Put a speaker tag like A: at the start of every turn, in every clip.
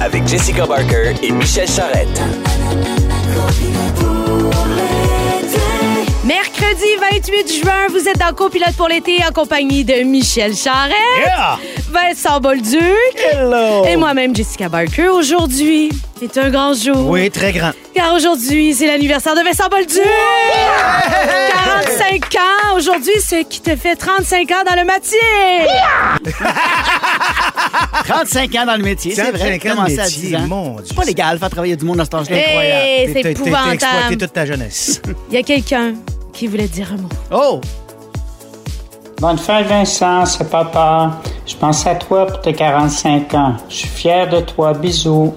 A: avec Jessica Barker et Michel Charrette.
B: Mercredi 28 juin, vous êtes dans Copilote pour l'été en compagnie de Michel Charret,
C: Yeah!
B: Vincent Bolduc
C: Hello!
B: et moi-même Jessica Barker. Aujourd'hui est un grand jour.
C: Oui, très grand.
B: Car aujourd'hui, c'est l'anniversaire de Vincent Bolduc! 45 ans! Aujourd'hui, ce qui te fait 35 ans dans le métier!
D: 35 ans dans le métier, c'est vrai.
C: 35 ans de
D: commencé à
C: métier,
D: 10 ans.
C: mon Dieu.
D: C'est pas légal, faire travailler du monde à cet âge-là.
B: Hey!
C: Incroyable.
B: c'est
C: T'as- t'as- T'as exploité
B: épouvantable.
C: toute ta jeunesse.
B: Il y a quelqu'un qui voulait te dire un mot.
D: Oh!
B: Eh.
E: Bonne fête, Vincent, c'est papa. Je pense à toi pour tes 45 ans. Je suis fier de toi. Bisous.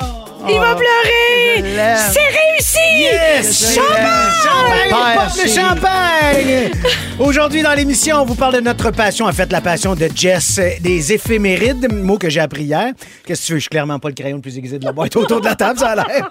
C: Oh,
B: Il va pleurer!
D: l'aime.
B: C'est réussi!
C: Champagne!
D: Père,
C: on porte le
D: c'est-
C: champagne! Aujourd'hui, dans l'émission, on vous parle de notre passion, en fait, la passion de Jess, euh, des éphémérides, mot que j'ai appris hier. Qu'est-ce que tu veux? Je suis clairement pas le crayon le plus aiguisé de la boîte autour de la table, ça a l'air.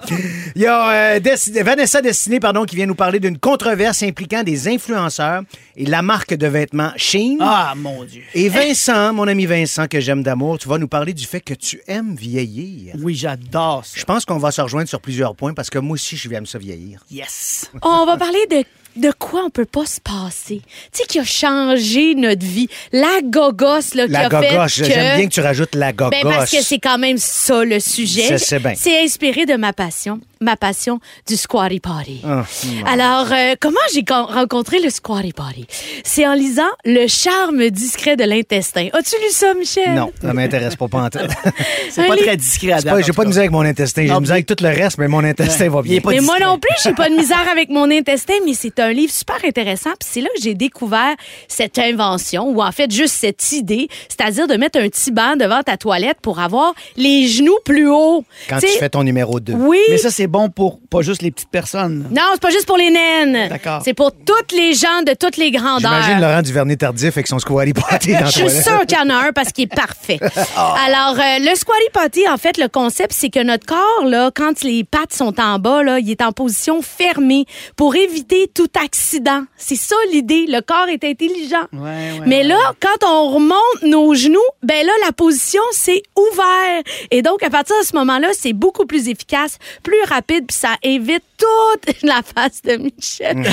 C: Il y a euh, Desti- Vanessa Destiné, pardon, qui vient nous parler d'une controverse impliquant des influenceurs et la marque de vêtements Shein.
D: Ah, mon Dieu.
C: Et Vincent, mon ami Vincent, que j'aime d'amour, tu vas nous parler du fait que tu aimes vieillir.
D: Oui, j'adore ça.
C: Je pense qu'on va se rejoindre sur plusieurs points parce que moi aussi, je aime ça vieillir.
D: Yes.
B: Oh, On va parler de de quoi on peut pas se passer. Tu sais, qui a changé notre vie. La gogosse, là,
C: La
B: qui a
C: gogoche.
B: fait que...
C: J'aime bien que tu rajoutes la gogoche.
B: Ben, parce que c'est quand même ça, le sujet.
C: Je sais bien.
B: C'est inspiré de ma passion, ma passion du squatty potty.
C: Ah,
B: Alors, euh, comment j'ai con- rencontré le squatty potty? C'est en lisant Le charme discret de l'intestin. As-tu lu ça, Michel?
C: Non, ça m'intéresse pas pantoute.
B: Un
D: C'est pas
B: livre-
D: très discret à
C: C'est pas- J'ai pas de misère avec mon intestin. J'ai de
D: Non,
C: misère avec tout le reste, mais mon intestin va bien.
D: Il est pas
B: mais moi
D: discret.
B: non plus, j'ai pas de misère avec mon intestin, mais c'est un livre super intéressant. Puis c'est là que j'ai découvert cette invention, ou en fait juste cette idée, c'est-à-dire de mettre un petit banc devant ta toilette pour avoir les genoux plus hauts.
C: Quand
B: T'sais,
C: tu fais ton numéro 2.
B: Oui.
D: Mais ça, c'est bon pour pas juste les petites personnes.
B: Non, c'est pas juste pour les naines.
D: D'accord.
B: C'est pour toutes les gens de toutes les grandeurs.
C: J'imagine Laurent Duvernay tardif avec son squally potty dans la
B: Je suis
C: toilette. Ah.
B: sûre qu'il y en a un parce qu'il est parfait. Alors, euh, le squatty potty, en fait, le concept, c'est que notre corps, là, quand les pattes sont en bas, là, il est en position fermée pour éviter tout accident. C'est ça l'idée. Le corps est intelligent.
D: ouais,
B: Mais là, quand on remonte nos genoux, ben là, la position, c'est ouvert. Et donc, à partir de ce moment-là, c'est beaucoup plus efficace, plus rapide, puis ça évite toute la face de Michel.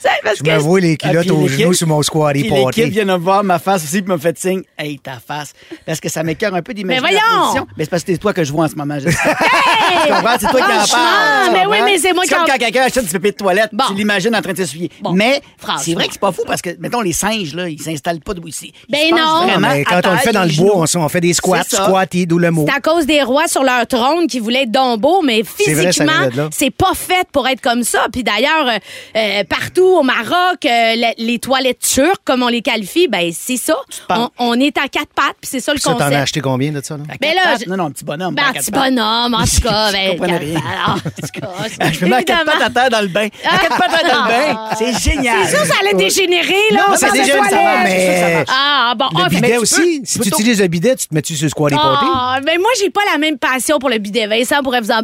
B: C'est parce
C: Je
B: que-
C: me vois les
D: Ah,
C: culottes
D: puis
C: aux
D: l'équipe-
C: genoux sur mon squally
D: puis L'équipe
C: potty.
D: vient de voir ma face aussi, puis me fait signe, hey, ta face. Parce que ça m'écœure un peu d'imaginer.
B: Mais
D: la
B: voyons!
D: position. Mais c'est parce que c'est toi que je vois en ce moment. Jessica. Tu comprends? C'est toi qui en
B: Franchement,
D: parles. tu
B: mais
D: comprends?
B: oui, mais c'est moi qui
D: comme
B: en-
D: quand quelqu'un achète du papier de toilette,
B: Bon.
D: tu l'imagines en train de s'essuyer.
B: Bon.
D: Mais
B: Franchement.
D: c'est vrai que c'est pas fou parce que, mettons, les singes, là, ils s'installent pas debout ici. Ils
B: Ben
D: se penchent
B: non.
C: Non,
D: vraiment
C: Ah, mais
D: à
C: quand on le
D: terre,
C: fait dans le
D: les
C: bois,
D: genoux.
C: on, on fait des squats,
D: C'est ça.
C: squatty, d'où le mot.
B: C'est à cause des rois sur leur trône qui voulaient être dombos, mais
C: C'est vrai, ça
B: physiquement,
C: venait de là.
B: c'est pas fait pour être comme ça. Puis d'ailleurs, euh, euh, partout au Maroc, euh, la- les toilettes turques, comme on les qualifie, ben c'est ça. On,
D: penses.
B: on est à quatre pattes, puis c'est ça le
C: Ça, t'en
B: concept.
C: as acheté combien de ça? Là?
D: À
B: Mais
D: quatre
B: là,
D: pattes.
B: je-
D: Non, non, un petit bonhomme.
B: Ben,
D: pas à
B: un
D: quatre
B: petit
D: pattes.
B: bonhomme, en tout cas.
D: Je
B: ben,
D: comprenais
B: quatre
D: rien.
B: pattes, en tout cas,
D: Je me mets à quatre
B: évidemment. Ah.
D: pattes à terre dans le bain. À quatre pattes à terre dans le bain. C'est génial.
B: C'est sûr, ça allait dégénérer, là.
C: Non,
B: on
C: ça
B: parle de
C: dégénère, ça
B: toilettes.
C: va, mais-
B: Ah, bon, ah,
C: Le
B: mais
C: bidet
B: tu
C: aussi.
B: peux-
C: Si tu utilises le bidet, tu te mets-tu sur le squally potty?
B: Ah, mais moi, j'ai pas la même passion pour le bidet. Vincent pourrait vous en
D: Ouais,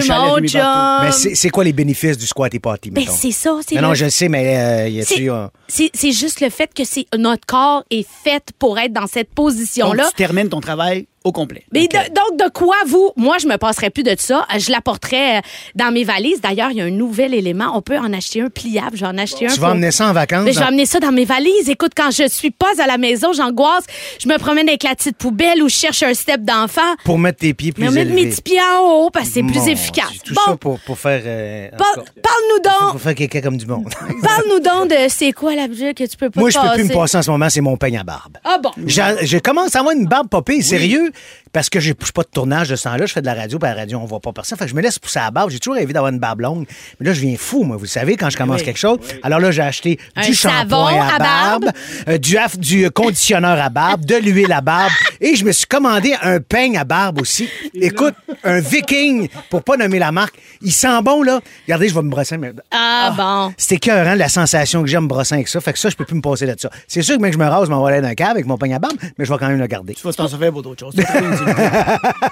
B: parler,
D: nos chalets
B: mon
D: de mi-partout.
B: chum.
C: Mais c'est c'est quoi les bénéfices du squatty potty,
B: Ben,
C: mettons?
B: c'est ça, c'est
C: Non, non,
B: le-
C: je sais, mais euh, y
B: C'est-
C: a-tu. un-
B: C'est c'est juste le fait que c'est notre corps est fait pour être dans cette
D: Donc,
B: position-là.
D: tu termines ton travail au complet.
B: Mais de- donc, de quoi vous? Moi, je me passerais plus de ça. Je l'apporterais euh, dans mes valises. D'ailleurs, il y a un nouvel élément. On peut en acheter un pliable. Je vais en acheter un.
C: Tu vas
B: pour-
C: emmener ça en vacances?
B: Mais Ben, je vais
C: dans-
B: amener ça dans mes valises. Écoute, quand je suis pas à la maison, j'angoisse. Je me promène avec la petite poubelle ou je cherche un step d'enfant.
C: Pour mettre tes pieds plus
B: Mais on met
C: élevés.
B: mes petits pieds en haut parce que c'est
C: Mon
B: plus
C: Dieu,
B: efficace.
C: Tout
B: Bon,
C: ça pour, pour faire. euh, en
B: par-
C: tout cas,
B: parle-nous donc.
C: Pour faire quelqu'un comme du monde.
B: Parle-nous donc de c'est quoi l'objet que tu peux pas
C: Moi,
B: te
C: je peux plus me
B: passer.
C: passer en ce moment, c'est mon peigne à barbe.
B: Ah bon.
C: J'a- Je commence à avoir une barbe popée, sérieux, parce que j'ai- je suis pas de tournage de sang là, je fais de la radio, puis à la radio, on voit pas personne. Fait que je me laisse pousser à la barbe. J'ai toujours rêvé d'avoir une barbe longue. Mais là, je viens fou, moi, vous le savez, quand je commence quelque chose. Alors là, j'ai acheté
B: Un
C: du shampoing
B: savon
C: à,
B: à
C: barbe,
B: barbe.
C: euh, du, aff- du conditionneur à barbe, de l'huile à barbe, et je me suis commandé un peigne à barbe aussi. Écoute, un viking, pour pas nommer la marque. Il sent bon, là. Regardez, je vais me brosser. Mais...
B: Ah, bon.
C: C'est écœurant la sensation que j'ai en me brossant avec ça. Fait que ça, je peux plus me passer de ça. C'est sûr que même que je me rase, je m'en vais aller dans un cave avec mon peigne à barbe, mais je vais quand même le garder.
D: Tu vas t'en servir pour d'autres choses. Tu vas trouver une utilité.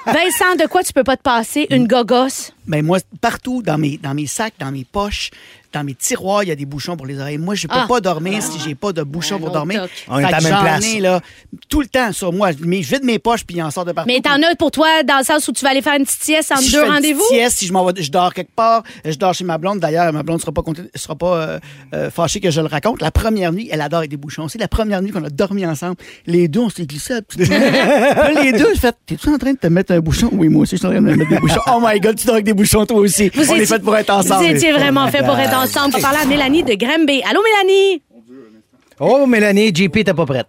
B: Vincent, de quoi tu peux pas te passer? Une gogosse?
D: Mais moi, partout, dans mes, dans mes sacs, dans mes poches, dans mes tiroirs, il y a des bouchons pour les oreilles. Moi, je peux
B: Ah.
D: pas dormir si j'ai pas de bouchons
B: Ouais,
D: pour
B: l'autre
D: dormir.
B: toc.
C: On est
D: Fait
C: à la
D: que
C: même
D: j'en
C: place.
D: ai, là, tout le temps sur moi. Mais je vide mes poches, puis il en sort de partout.
B: Mais t'en as pour toi dans le sens où tu vas aller faire une petite sieste entre
D: Si je
B: deux
D: fais une
B: rendez-vous?
D: petite sieste, si je, m'en vais- je dors quelque part, je dors chez ma blonde. D'ailleurs, ma blonde ne sera pas, contente- sera pas euh, euh, fâchée que je le raconte. La première nuit, elle adore avec des bouchons. C'est la première nuit qu'on a dormi ensemble. Les deux, on s'est glissés. à petite- Là, les deux, je fais T'es-tu en train de te mettre un bouchon Oui, moi aussi, je suis en train de me mettre des bouchons. Oh my God, tu dors avec des bouchons, toi aussi. on
B: étiez-
D: est fait pour être ensemble.
B: Vous étiez vraiment fait pour
C: Bah,
B: être ensemble. On va parler à Mélanie de Granby. Allô, Mélanie?
C: Oh, Mélanie, JP, t'es pas prête.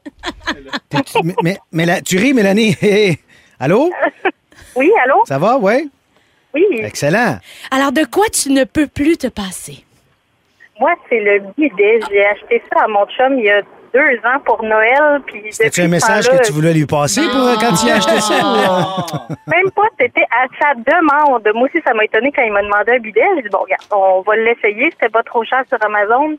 C: T'es- tu- mais- mais- Méla- tu ris, Mélanie? Hé, hé. Allô?
F: Oui, allô?
C: Ça va, ouais?
F: Oui.
C: Excellent.
B: Alors, de quoi tu ne peux plus te passer?
F: Moi, c'est le bidet. J'ai acheté ça à mon chum il y a deux ans pour Noël. Puis
C: C'était
F: depuis
C: un
F: ce
C: message
F: temps-là,
C: que tu voulais lui passer pour euh, quand il a acheté ça? ou, euh?
F: Même pas, c'était à sa demande. Moi aussi, ça m'a étonné quand il m'a demandé un bidet. J'ai dit, bon, regarde, on va l'essayer. C'était pas trop cher sur Amazon.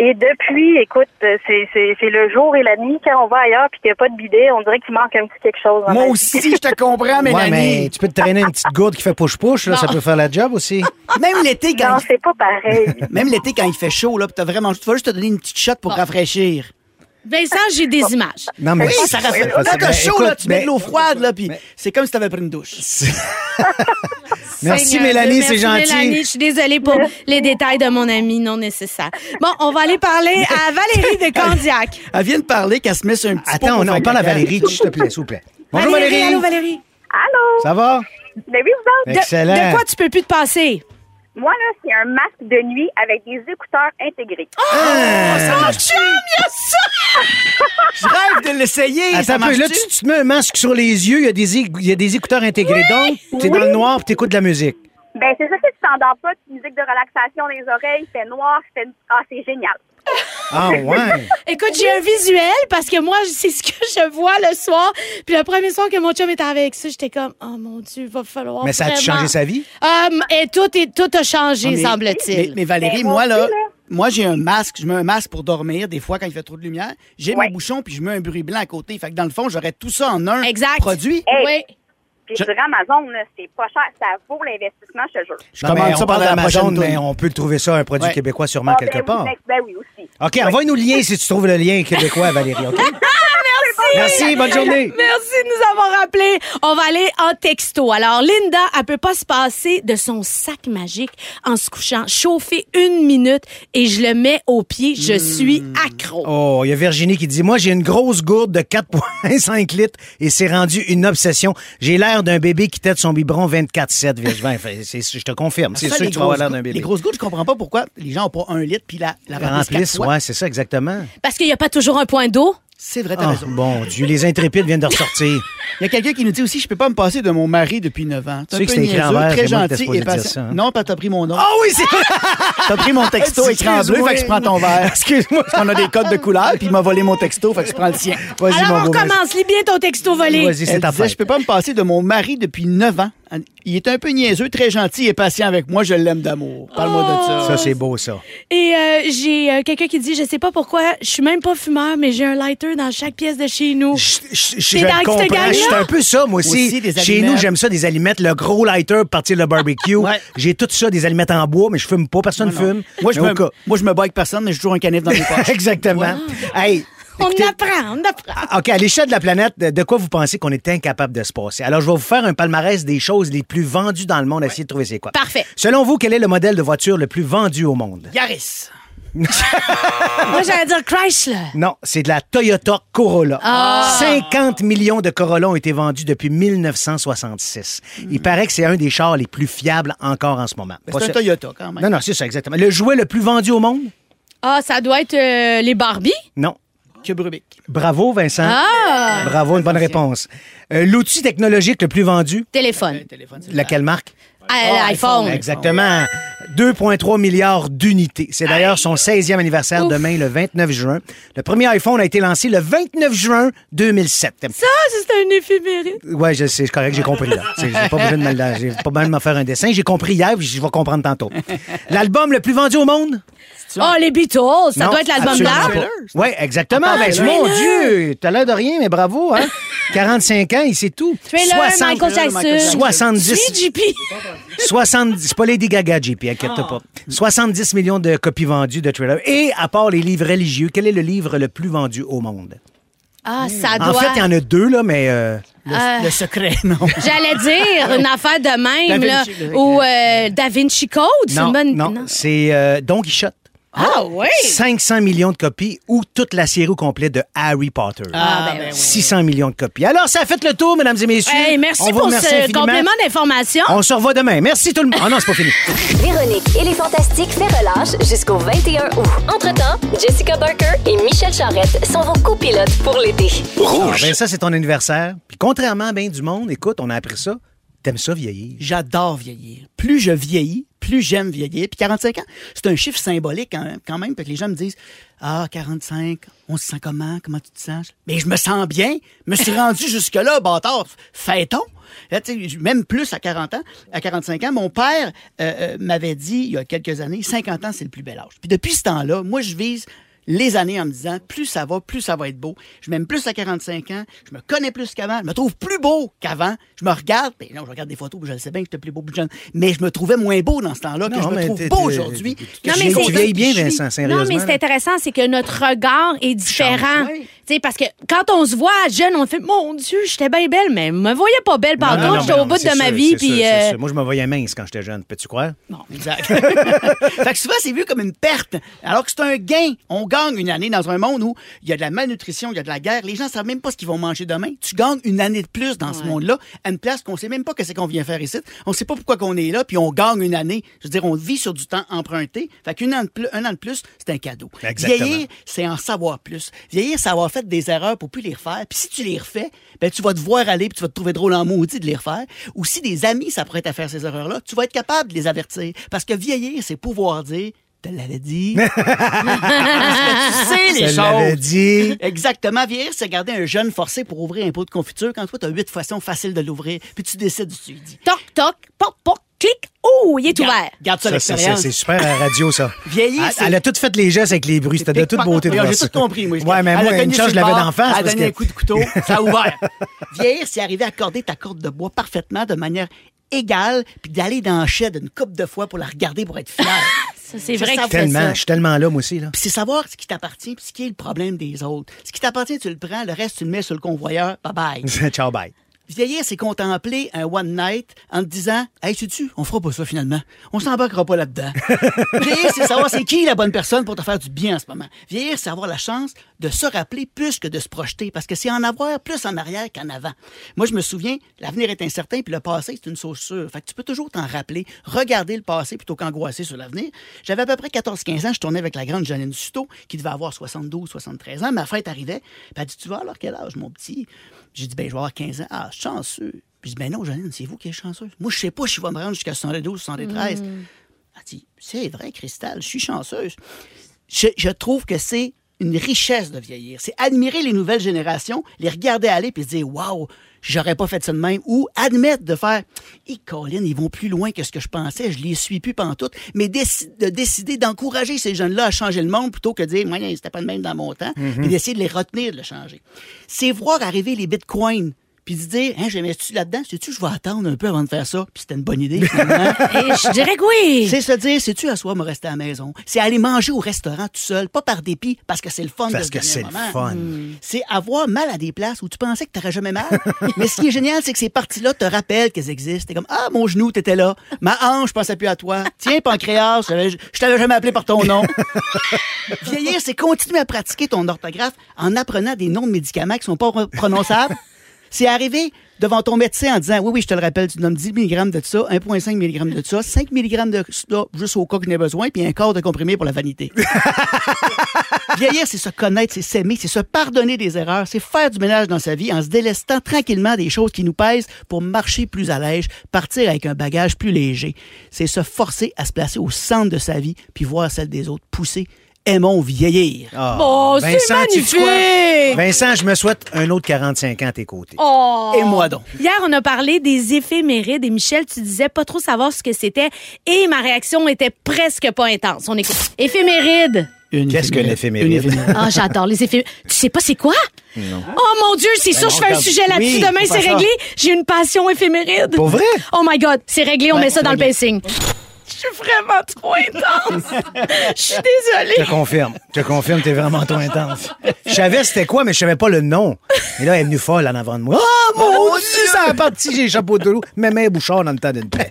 F: Et depuis, écoute, euh, c'est c'est- c'est le jour et la nuit. Quand on va ailleurs puis qu'il n'y a pas de bidet, on dirait qu'il manque un petit quelque chose. en
D: Moi
F: fait.
D: aussi, je te comprends, Mélanie.
C: Ouais, mais tu peux te traîner une petite gourde qui fait push-push, là, ça peut faire la job aussi.
D: Même l'été, quand,
F: Non,
D: il-
F: c'est pas pareil.
D: même l'été, quand il fait chaud, là, pis t'as vraiment, tu vas juste te donner une petite shot pour rafraîchir.
B: Vincent, j'ai des images.
C: Non, mais
D: Oui, ça rafraîchit.
C: Ben,
D: Quand t'as
C: ben,
D: chaud,
C: écoute,
D: là, tu mets
C: ben,
D: de l'eau froide, là, puis c'est comme si t'avais pris une douche.
C: Merci,
B: Seigneur
C: ben, Mélanie,
B: Dieu,
C: c'est
B: euh, merci, Mélanie,
C: gentil.
B: je suis désolée pour les détails de mon ami non nécessaire. Bon, on va aller parler à Valérie de Candiac.
D: Elle vient de parler qu'elle se met sur un petit pot
C: Attends,
D: pour
C: on, on
D: faire
C: parle à
D: caca.
C: Valérie, s'il te plaît, s'il vous plaît. Bonjour, Valérie.
B: Allô, Valérie.
F: Allô?
C: Ça va?
F: Ben oui, vous autres?
B: De-
C: Excellent.
B: De, quoi tu peux plus te passer?
F: Moi, là, c'est un masque de nuit avec des écouteurs intégrés.
D: Je rêve de l'essayer.
C: Attends,
D: ça
C: un peu,
D: marche
C: là, tu, tu te mets un masque sur les yeux, il y a des, ég- il y a des écouteurs intégrés. Donc, t'es dans le noir, puis t'écoutes de la musique.
F: Ben, c'est ça, si tu t'endors pas, tu musique de relaxation les oreilles, c'est noir, c'est... Ah, c'est génial.
C: Ah, ouais.
B: Écoute, j'ai un visuel parce que moi, c'est ce que je vois le soir. Puis le premier soir que mon chum était avec ça, j'étais comme, oh mon Dieu, va falloir.
C: Mais ça a-tu
B: vraiment-
C: changé sa vie? Ah,
B: Hum, et tout, est, tout a changé,
D: Mais-
B: semble-t-il.
D: Mais, mais Valérie,
F: Ben,
D: moi,
F: moi
D: là,
F: aussi, là.
D: moi, j'ai un masque. Je mets un masque pour dormir, des fois, quand il fait trop de lumière. J'ai
F: Ouais.
D: mes bouchons, puis je mets un bruit blanc à côté. Fait que dans le fond, j'aurais tout ça en un
B: Exact.
D: produit.
F: Hey,
B: Oui.
F: Puis
D: Je-
F: sur Amazon, là, c'est pas cher. Ça vaut l'investissement, je te jure.
D: Je commande ça pendant la
C: Amazon,
D: prochaine tournée.
C: mais on peut le trouver ça, un produit
D: Ouais.
C: québécois sûrement
F: Ah,
C: quelque
F: ben
C: part.
F: Oui, ben, ben oui, aussi.
C: OK, envoie-nous le lien si tu trouves le lien québécois, Valérie, OK? Merci! Merci, bonne journée.
B: Ah, Merci de nous avoir rappelé. On va aller en texto. Alors, Linda, elle peut pas se passer de son sac magique en se couchant. Chauffer une minute et je le mets au pied. Je
C: Hmm.
B: suis accro.
C: Oh, il y a Virginie qui dit Moi, j'ai une grosse gourde de 4,5 litres et c'est rendu une obsession. J'ai l'air d'un bébé qui tête son biberon 24-7, Virgin. Fait, c'est- Je te confirme. C'est
D: Ah, Ça,
C: sûr que
D: les
C: tu vas avoir
D: grosses
C: l'air d'un
D: gouttes-
C: bébé.
D: Les grosses gouttes, je comprends pas pourquoi les gens ont pas un litre, puis la, la remplissent quatre
C: Remplissent,
D: fois.
C: ouais, c'est ça, exactement.
B: Parce qu'il n'y a pas toujours un point d'eau.
D: C'est vrai, t'as
C: Ah,
D: raison.
C: bon Dieu, les intrépides viennent de ressortir.
D: Il y a quelqu'un qui nous dit aussi, je peux pas me passer de mon mari depuis 9 ans.
C: Tu sais
D: C'est un
C: que
D: peu
C: c'est écrit en
D: niaiseux,
C: vert, c'est
D: très
C: moi qui
D: gentil
C: t'es supposé
D: et patient.
C: dire ça, hein.
D: Non, pas t'as pris mon nom.
C: Ah oui, c'est
D: T'as pris mon texto écrit en bleu,
C: Excuse-moi.
D: fait que je prends ton verre.
C: Excuse-moi.
D: Parce qu'on a des codes de couleur, puis il m'a volé mon texto, fait que je prends le sien.
C: Vas-y,
B: Alors,
C: mon
B: on
C: beau,
B: recommence. Lis bien ton texto
C: vas-y.
B: volé.
C: Vas-y, c'est
D: Elle
C: ta
D: disait,
C: fête.
D: je peux pas me passer de mon mari depuis 9 ans. Il est un peu niaiseux, très gentil et patient avec moi. Je l'aime d'amour. Parle-moi de ça.
C: Ça, c'est beau, ça.
B: Et euh, j'ai euh, quelqu'un qui dit, je sais pas pourquoi, je suis même pas fumeur, mais j'ai un lighter dans chaque pièce de chez nous.
C: Je, je, je
B: T'es dans
C: le
B: cette
C: comprends.
B: gang-là?
C: Je suis un peu ça, moi aussi.
D: Aussi, des
C: Chez
D: allumettes.
C: nous, j'aime ça, des allumettes, le gros lighter pour partir le barbecue.
D: Ouais.
C: J'ai tout ça, des allumettes en bois, mais je fume pas, personne
D: Non.
C: fume.
D: Moi, je
C: Mais
D: me,
C: au cas-
D: moi, je me bats avec personne, mais j'ai toujours un canif dans mes poches.
C: Exactement. Hey,
B: on
C: écoutez-
B: apprend, on apprend.
C: Ah, OK, à l'échelle de la planète, de- de quoi vous pensez qu'on est incapable de se passer? Alors, je vais vous faire un palmarès des choses les plus vendues dans le monde, essayer de trouver c'est quoi.
B: Parfait.
C: Selon vous, quel est le modèle de voiture le plus vendu au monde?
D: Yaris.
B: Moi, j'allais dire Chrysler.
C: Non, c'est de la Toyota Corolla.
B: Ah.
C: 50 millions de Corolla ont été vendus depuis 1966. Il paraît que c'est un des chars les plus fiables encore en ce moment.
D: Hmm. Mais
C: Pas
D: Ben, C'est un
C: ça-
D: Toyota quand même.
C: Non, non, c'est ça, exactement. Le jouet le plus vendu au monde?
B: Ah, ça doit être euh, les Barbie.
C: Non.
D: Cube Rubik.
C: Bravo, Vincent.
B: Ah!
C: Bravo, une bonne réponse. Euh, L'outil technologique le plus vendu?
B: Téléphone.
D: Téléphone, c'est
C: Laquelle marque?
B: Ah,
D: iPhone.
B: iPhone.
C: Exactement. 2,3 milliards d'unités. C'est d'ailleurs son 16e anniversaire
B: Ouf.
C: demain, le 29 juin. Le premier iPhone a été lancé le 29 juin 2007.
B: Ça, c'est un éphéméride.
C: Oui, je sais, c'est correct, j'ai compris là. C'est- J'ai pas besoin de me, le- j'ai pas besoin de me faire un dessin. J'ai compris hier, puis je vais comprendre tantôt. L'album le plus vendu au monde?
B: Ah, les Beatles. Ça doit être l'album blanc.
D: pas.
C: Oui, exactement.
D: Ah,
C: Ben,
D: Taylor.
C: mon Dieu, t'as l'air de rien, mais bravo. Hein? 45 ans, il sait tout.
B: Trailer,
C: 60
B: Michael Jackson.
C: 70.
B: Tu es JP.
C: 70, c'est pas Lady Gaga, JP, inquiète-toi
B: Ah.
C: pas. 70 millions de copies vendues de trailers. Et à part les livres religieux, quel est le livre le plus vendu au monde?
B: Ah, ça doit.
C: En fait, il y en a deux, là, mais euh,
D: Le, le secret, non.
B: J'allais dire une affaire de même,
D: Da
B: là.
D: Vinci, le-
B: Ou euh, Da Vinci Code, c'est
C: non,
B: une bonne.
C: non, c'est euh, Don Quichotte.
B: Ah, oui.
C: 500 millions de copies ou toute la série au complet de Harry Potter.
B: Ah, ben oui.
C: 600 millions de copies. Alors, ça a fait le tour, mesdames et messieurs.
B: Hey, merci
C: On vous
B: pour
C: remercie
B: ce
C: infiniment.
B: complément d'information.
C: On se revoit demain. Merci tout le monde. Ah non, c'est pas fini.
G: Véronique et les Fantastiques fait relâche jusqu'au 21 août. Entre-temps, Jessica Barker et Michel Charrette sont vos copilotes pour l'été.
C: Ah,
A: Rouge.
C: ben, ça, c'est ton anniversaire. Puis contrairement à bien du monde, écoute, on a appris ça. T'aimes ça vieillir.
D: J'adore vieillir. Plus je vieillis, plus j'aime vieillir. Puis 45 ans, c'est un chiffre symbolique quand même. Quand même fait que les gens me disent Ah, 45, on se sent comment Comment tu te sens Mais je me sens bien. Je me suis rendu jusque-là, bâtard. Fait-on même plus à 40 ans, à 45 ans, mon père euh, euh, m'avait dit il y a quelques années, 50 ans c'est le plus bel âge. Puis depuis ce temps-là, moi je vise les années en me disant plus ça va, plus ça va être beau. Je m'aime plus à 45 ans, je me connais plus qu'avant, je me trouve plus beau qu'avant. Je me regarde, ben non, je regarde des photos, puis je le sais bien que j'étais plus beau plus jeune, mais je me trouvais moins beau dans ce temps-là que
C: Non,
D: je me
C: mais
D: trouve
C: t'es-
D: beau
C: t'es-
D: aujourd'hui.
C: t'es-
D: que
B: Non,
D: je
B: mais
D: suis
B: c'est-
C: vieillis bien,
D: je suis.
C: Vincent,
B: Non,
C: sérieusement.
B: mais c'est
C: là.
B: intéressant, c'est que notre regard est différent.
D: Change, oui.
B: Tu sais, parce que quand on se voit jeune, on fait Mon Dieu, j'étais bien belle, mais me voyais pas belle
D: Ah,
C: Ah, Non, non,
B: partout.
C: non,
B: J'étais
C: mais
B: au
C: non,
B: bout
C: mais c'est
B: de ma
C: sûr,
B: vie.
C: c'est
B: Puis,
C: sûr, c'est
B: euh,
C: sûr. Moi, je me voyais mince quand j'étais jeune. Peux-tu croire?
D: Non, exact. fait que souvent, c'est vu comme une perte, alors que c'est un gain. On gagne une année dans un monde où il y a de la malnutrition, il y a de la guerre. Les gens savent même pas ce qu'ils vont manger demain. Tu gagnes une année de plus dans ce monde-là, à une place qu'on sait même pas ce qu'on vient faire ici. On sait pas pourquoi qu'on est là, puis on gagne une année. Je veux dire, on vit sur du temps emprunté. Fait qu'un an, de plus- un an de plus, c'est un cadeau.
C: Exactement.
D: Vieillir, c'est en savoir plus. Vieillir, c'est avoir fait des erreurs pour plus les refaire. Puis si tu les refais, ben tu vas te voir aller puis tu vas te trouver drôle en maudit de les refaire. Ou si des amis s'apprêtent à faire ces erreurs-là, tu vas être capable de les avertir. Parce que vieillir, c'est pouvoir dire « te l'avais dit ». Parce que tu sais les
C: Je l'avais
D: choses.
C: dit.
D: Exactement. Vieillir, c'est garder un jeune forcé pour ouvrir un pot de confiture quand toi, tu as huit façons faciles de l'ouvrir. Puis tu décides si tu lui dis.
B: toc, toc, pop, pop, clic. Oh, il est ouvert.
D: Garde ça,
C: Ça, c'est- c'est
D: l'expérience.
C: c'est super à la radio, ça.
D: Vieillir,
C: Elle-
D: c'est-
C: Elle a tout fait les gestes avec les bruits. C'était de toute beauté de
D: Voyons,
C: voir
D: J'ai
C: ça.
D: tout compris, moi.
C: Ouais, mais
D: Elle a
C: moi, une
D: cogné
C: chance, je
D: sur le
C: l'avais
D: bord,
C: d'en face.
D: Elle a
C: parce
D: donné
C: que-
D: un coup de couteau, ça a ouvert. Vieillir, c'est arriver à accorder ta corde de bois parfaitement de manière égale, puis d'aller dans le shed une coupe de fois pour la regarder pour être fier.
B: Ça, c'est
D: Je
B: vrai que
D: savais
B: tu fais
C: Tellement,
B: ça.
C: je suis tellement là, moi aussi. Là.
D: Puis c'est savoir ce qui t'appartient, puis ce qui est le problème des autres. Ce qui t'appartient, tu le prends, le reste, tu le mets sur le convoyeur. Bye-bye.
C: Ciao, bye.
D: Vieillir, c'est contempler un one night en te disant Hey, sais-tu, on fera pas ça finalement. On s'embarquera pas là-dedans. Vieillir, c'est savoir c'est qui la bonne personne pour te faire du bien en ce moment. Vieillir, c'est avoir la chance de se rappeler plus que de se projeter parce que c'est en avoir plus en arrière qu'en avant. Moi, je me souviens, l'avenir est incertain puis le passé, c'est une chose sûre. Fait que tu peux toujours t'en rappeler, regarder le passé plutôt qu'angoisser sur l'avenir. J'avais à peu près 14-15 ans, je tournais avec la grande Janine Suto qui devait avoir 72-73 ans. Ma fête arrivait. Puis elle dit Tu vas alors quel âge, mon petit j'ai dit, ben, je vais avoir 15 ans. Ah, chanceux. Puis je dis, ben non, Janine, c'est vous qui êtes chanceuse. Moi, je sais pas si je vais me rendre jusqu'à 72, 73. Elle dit, c'est vrai, Cristal, je suis chanceuse. Je, je trouve que c'est une richesse de vieillir. C'est admirer les nouvelles générations, les regarder aller puis se dire, waouh, j'aurais pas fait ça de même. Ou admettre de faire, et Colin, ils vont plus loin que ce que je pensais, je les suis plus pantoute. Mais déci- de décider d'encourager ces jeunes-là à changer le monde plutôt que de dire, moi, c'était pas de même dans mon temps, puis d'essayer de les retenir, de le changer. C'est voir arriver les bitcoins. Puis de se dire, hein, j'investis là-dedans, sais-tu, je vais attendre un peu avant de faire ça. Puis c'était une bonne idée, finalement.
B: Et je dirais que oui.
D: C'est se dire, c'est-tu à soi me rester à la maison? C'est aller manger au restaurant tout seul, pas par dépit, parce que c'est le fun. de
C: Parce
D: ce
C: que
D: dernier
C: c'est le
D: moment.
C: fun.
D: C'est avoir mal à des places où tu pensais que t'aurais jamais mal. mais ce qui est génial, c'est que ces parties-là te rappellent qu'elles existent. T'es comme, ah, mon genou, t'étais là. Ma hanche, je pensais plus à toi. Tiens, pancréas, je t'avais- je t'avais jamais appelé par ton nom. Vieillir, c'est continuer à pratiquer ton orthographe en apprenant des noms de médicaments qui sont pas re- prononçables. C'est arriver devant ton médecin en disant Oui, oui, je te le rappelle, tu me donnes 10 mg de ça, 1,5 mg de ça, 5 mg de ça, juste au cas que j'en ai besoin, puis un quart de comprimé pour la vanité. Vieillir, c'est se connaître, c'est s'aimer, c'est se pardonner des erreurs, c'est faire du ménage dans sa vie en se délestant tranquillement des choses qui nous pèsent pour marcher plus à l'aise, partir avec un bagage plus léger. C'est se forcer à se placer au centre de sa vie, puis voir celle des autres pousser. Aimons vieillir.
C: Ah,
B: Bon, Oh, c'est
C: Vincent, tu dis quoi?
B: magnifique.
C: Vincent, je me souhaite un autre 45 ans à tes côtés.
B: Oh.
D: Et moi donc.
B: Hier, on a parlé des éphémérides et Michel, tu disais pas trop savoir ce que c'était et ma réaction était presque pas intense. On écoute. Éphéméride,
D: Une
C: Qu'est-ce que
D: éphéméride.
C: l'éphéméride?
D: Une éphéméride.
B: Ah, j'adore les effets. Tu sais pas c'est quoi? Oh mon Dieu, c'est sûr,
D: non,
B: je fais un
D: regarde.
B: sujet là-dessus.
D: Oui,
B: Demain,
D: faut
B: c'est
D: faire ça.
B: réglé. J'ai une passion éphéméride.
C: Pour vrai?
B: Oh my God, c'est réglé, on
D: Ouais,
B: met ça
D: c'est
B: dans le
D: réglé.
B: pacing. Je suis vraiment trop intense. Je suis
C: Je
B: désolée.
C: te confirme. Je te confirme, t'es vraiment trop intense. Je savais c'était quoi, mais je savais pas le nom. Et là, elle est venue folle en avant de moi. Oh
B: Ben,
C: mon Dieu, ça
B: hein.
C: a parti, j'ai chapeau de loup. Mes mains bouchard dans le temps d'une paix.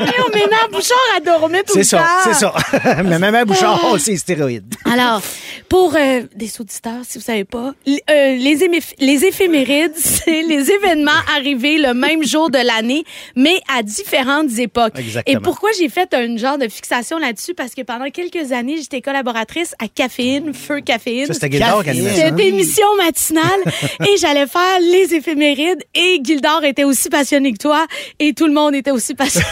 B: Et on m'énerve, Bouchard a dormi tout
C: C'est
B: le
C: ça,
B: temps.
C: c'est ça. Mais mes mains bouchard, oh, c'est stéroïde.
B: Alors, pour euh, des auditeurs, si vous savez pas, l- euh, les, émif- les éphémérides, c'est les événements arrivés le même jour de l'année, mais à différentes époques.
C: Exactement.
B: Et pourquoi j'ai fait un genre de fixation là-dessus? Parce que pendant quelques années, j'étais collaboratrice à Caféine, Feu Caféine.
C: Ça, c'était Gildor qui animait ça. hein?
B: Cette émission matinale et j'allais faire les éphémérides et Gildor était aussi passionné que toi et tout le monde était aussi passionné.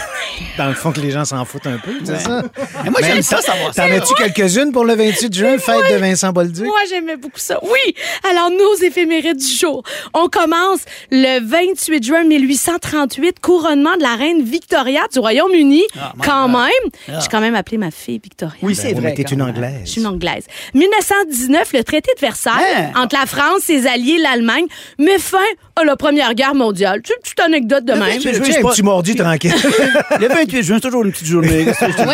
C: Dans le fond, que les gens s'en foutent un peu, c'est ça?
D: Mais moi,
C: Mais
D: j'aime ça savoir
C: T'en
D: ça.
C: as-tu quelques-unes pour le 28 juin, fête de Vincent Bolduc?
B: Moi, j'aimais beaucoup ça. Oui! Alors, nos éphémérides du jour. On commence le 28 juin 1838, couronnement de la reine Victoria du Royaume-Uni. quand même. J'ai quand même appelé ma fille Victoria.
D: Oui, c'est
C: Ben,
D: vrai.
C: mais T'es
D: quand
C: une
D: même.
C: anglaise.
B: Je suis une Anglaise. 1919, le traité de Versailles
D: Hein?
B: entre la France, ses alliés, l'Allemagne, met fin à la Première Guerre mondiale. Tu une petite anecdote de même.
C: Tu
D: Je-
C: veux
D: je-
C: un
D: je-
C: petit mordu tranquille.
D: Le 28 juin, c'est toujours une petite journée. Qu'est-ce que je te dis?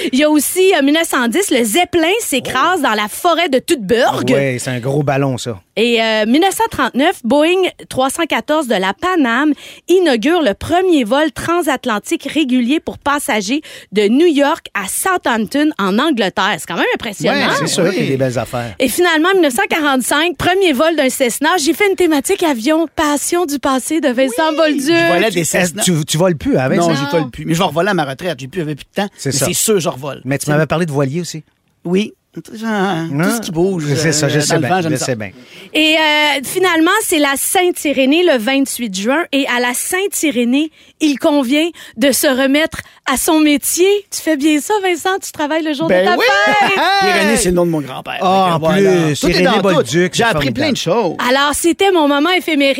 B: Oui. Il y a aussi, euh, en 1910, le Zeppelin s'écrase dans la forêt de Tutburg.
C: Oui, c'est un gros ballon, ça.
B: Et euh, 1939, Boeing 314 de la Paname inaugure le premier vol transatlantique régulier pour passagers de New York à Southampton en Angleterre. C'est quand même impressionnant.
C: C'est sûr
D: oui.
C: qu'il Ah, y a des belles affaires.
B: Et finalement, en 1945, premier vol d'un Cessna. J'ai fait une thématique avion, passion du passé de Vincent
D: Je
B: Bolduc.
D: volais
C: Est-ce
D: des
C: que
D: Cessna.
C: Tu, tu voles plus, hein, Vincent?
D: Non, j'ai pas le pu. Mais je vais revoler à ma retraite. J'ai plus, j'avais plus de temps.
C: C'est
D: Mais
C: ça.
D: C'est sûr, je revole.
C: Mais tu m'avais parlé de voilier aussi. Hein?
D: Oui. Tout ce qui bouge.
C: C'est ça, je
D: euh,
C: sais
D: dans le vent,
C: bien.
D: j'aime
C: Je
D: ça.
C: sais bien.
B: Et euh, finalement, c'est la Sainte-Irénée le 28 juin. Et à la Sainte-Irénée, il convient de se remettre à son métier. Tu fais bien ça, Vincent? Tu travailles le jour
D: Ben
B: de ta
D: oui!
B: fête!
D: Irénée, c'est le nom de mon grand-père.
C: Ah,
D: Fait que
C: en plus,
D: Tout est
C: Irénée
D: dans tout.
C: Bolduc,
D: J'ai
C: c'est
D: appris plein de choses.
H: Ah,
B: Alors, c'était mon moment éphéméride.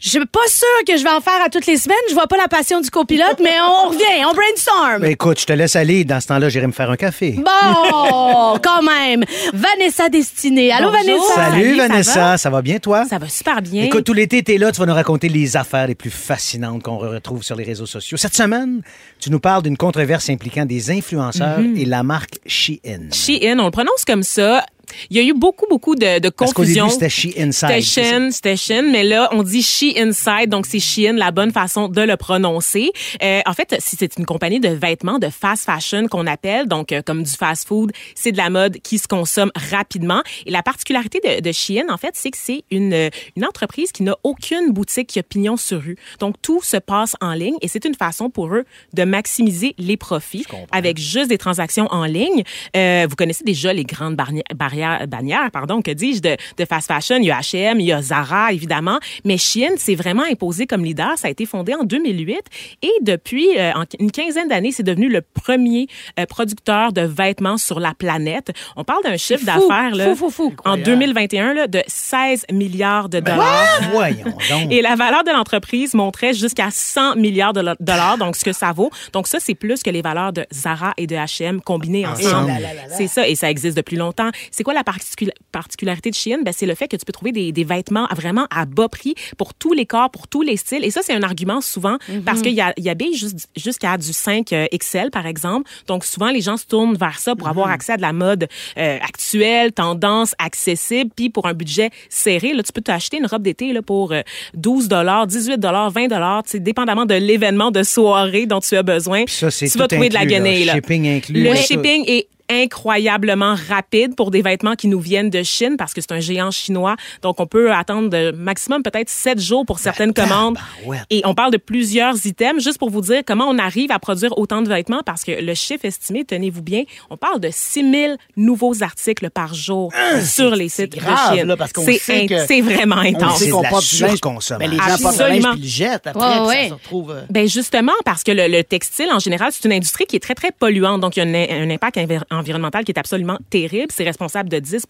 B: Je suis pas sûre que je vais en faire à toutes les semaines. Je vois pas la passion du copilote, mais on revient, on brainstorm.
C: Ben, écoute, je te laisse aller. Dans ce temps-là, j'irai me faire un café.
B: Bon, quand même. Vanessa Destinée. Allô, Vanessa.
C: Salut,
B: ça
C: Vanessa,
B: va?
C: ça va? bien toi?
B: Ça va super bien.
C: Écoute, tout l'été, t'es là, tu vas nous raconter les affaires les plus fascinantes qu'on retrouve sur les réseaux sociaux. Cette semaine, tu nous parles d'une controverse impliquant des influenceurs
D: Mhm.
C: et la marque Shein.
H: Shein, on le prononce comme ça. Il y a eu beaucoup, beaucoup de, de
C: Parce qu'au
H: confusion.
C: début, c'était Shein
H: C'était
C: Side. c'est ça?
H: Shein, c'était Shein, mais là, on dit She Inside, donc c'est Shein, la bonne façon de le prononcer. Euh, en fait, si c'est une compagnie de vêtements, de fast fashion qu'on appelle, donc euh, comme du fast food, c'est de la mode qui se consomme rapidement. Et la particularité de, de Shein, en fait, c'est que c'est une, euh, une entreprise qui n'a aucune boutique qui a pignon sur rue. Donc, tout se passe en ligne et c'est une façon pour eux de maximiser les profits avec juste des transactions en ligne. Euh, vous connaissez déjà les grandes barni- barrières, bannières, pardon, que dis-je, de, de fast fashion. Il y a H&M, il y a Zara, évidemment. Mais Shein s'est vraiment imposé comme leader. Ça a été fondé en 2008 et depuis euh, en- une quinzaine d'années, c'est devenu le premier euh, producteur de vêtements sur la planète. On parle d'un chiffre
B: fou,
H: d'affaires là,
B: fou, fou, fou.
H: en 2021 là, de 16 milliards de
C: Ben
H: dollars.
C: Voyons donc.
H: Et la valeur de l'entreprise montrait jusqu'à 100 milliards de lo- dollars, donc ce que ça vaut. Donc ça, c'est plus que les valeurs de Zara et de H&M combinées ensemble. C'est ça, et ça existe depuis longtemps. C'est quoi la particula- particularité de Shein? Ben, c'est le fait que tu peux trouver des, des vêtements à vraiment à bas prix pour tous les corps, pour tous les styles. Et ça, c'est un argument souvent parce qu'il y, a- il y habille juste- jusqu'à du 5 euh, XL, par exemple. Donc souvent, les gens se tournent vers ça pour avoir accès à de la mode euh, actuelle, tendance, accessible, puis pour un budget serré, là, tu peux t'acheter une robe d'été là, pour euh, 12 dollars, 18 dollars, 20 dollars, dépendamment de l'événement de soirée dont tu as besoin.
C: ça, c'est
H: tu vas
C: tout
H: trouver de la
C: inclus, là.
H: guenille. là.
C: Shipping inclus,
H: Le
C: oui.
H: shipping est incroyablement rapide pour des vêtements qui nous viennent de Chine parce que c'est un géant chinois. Donc, on peut attendre de maximum peut-être sept jours pour certaines
D: Ben,
H: commandes.
C: tabarouette.
H: Et on parle de plusieurs items. Juste pour vous dire comment on arrive à produire autant de vêtements parce que le chiffre estimé, tenez-vous bien, on parle de 6000 nouveaux articles par jour sur les sites
D: Hein? grave,
H: de Chine.
D: là, parce qu'on
H: C'est
D: sait
H: in-
D: que-
H: c'est vraiment intense.
C: sait
D: sait
C: c'est
D: qu'on
C: de la
D: porte du linge.
C: surconsommation.
D: Ben, les gens portent du linge
H: Absolument.
D: puis ils le jettent après,
B: Ouais,
D: puis
B: ouais.
D: ça se retrouve... euh,
H: Ben justement, parce que le, le textile, en général, c'est une industrie qui est très, très polluante. Donc, il y a un, un impact enver- environnementale qui est absolument terrible. C'est responsable de 10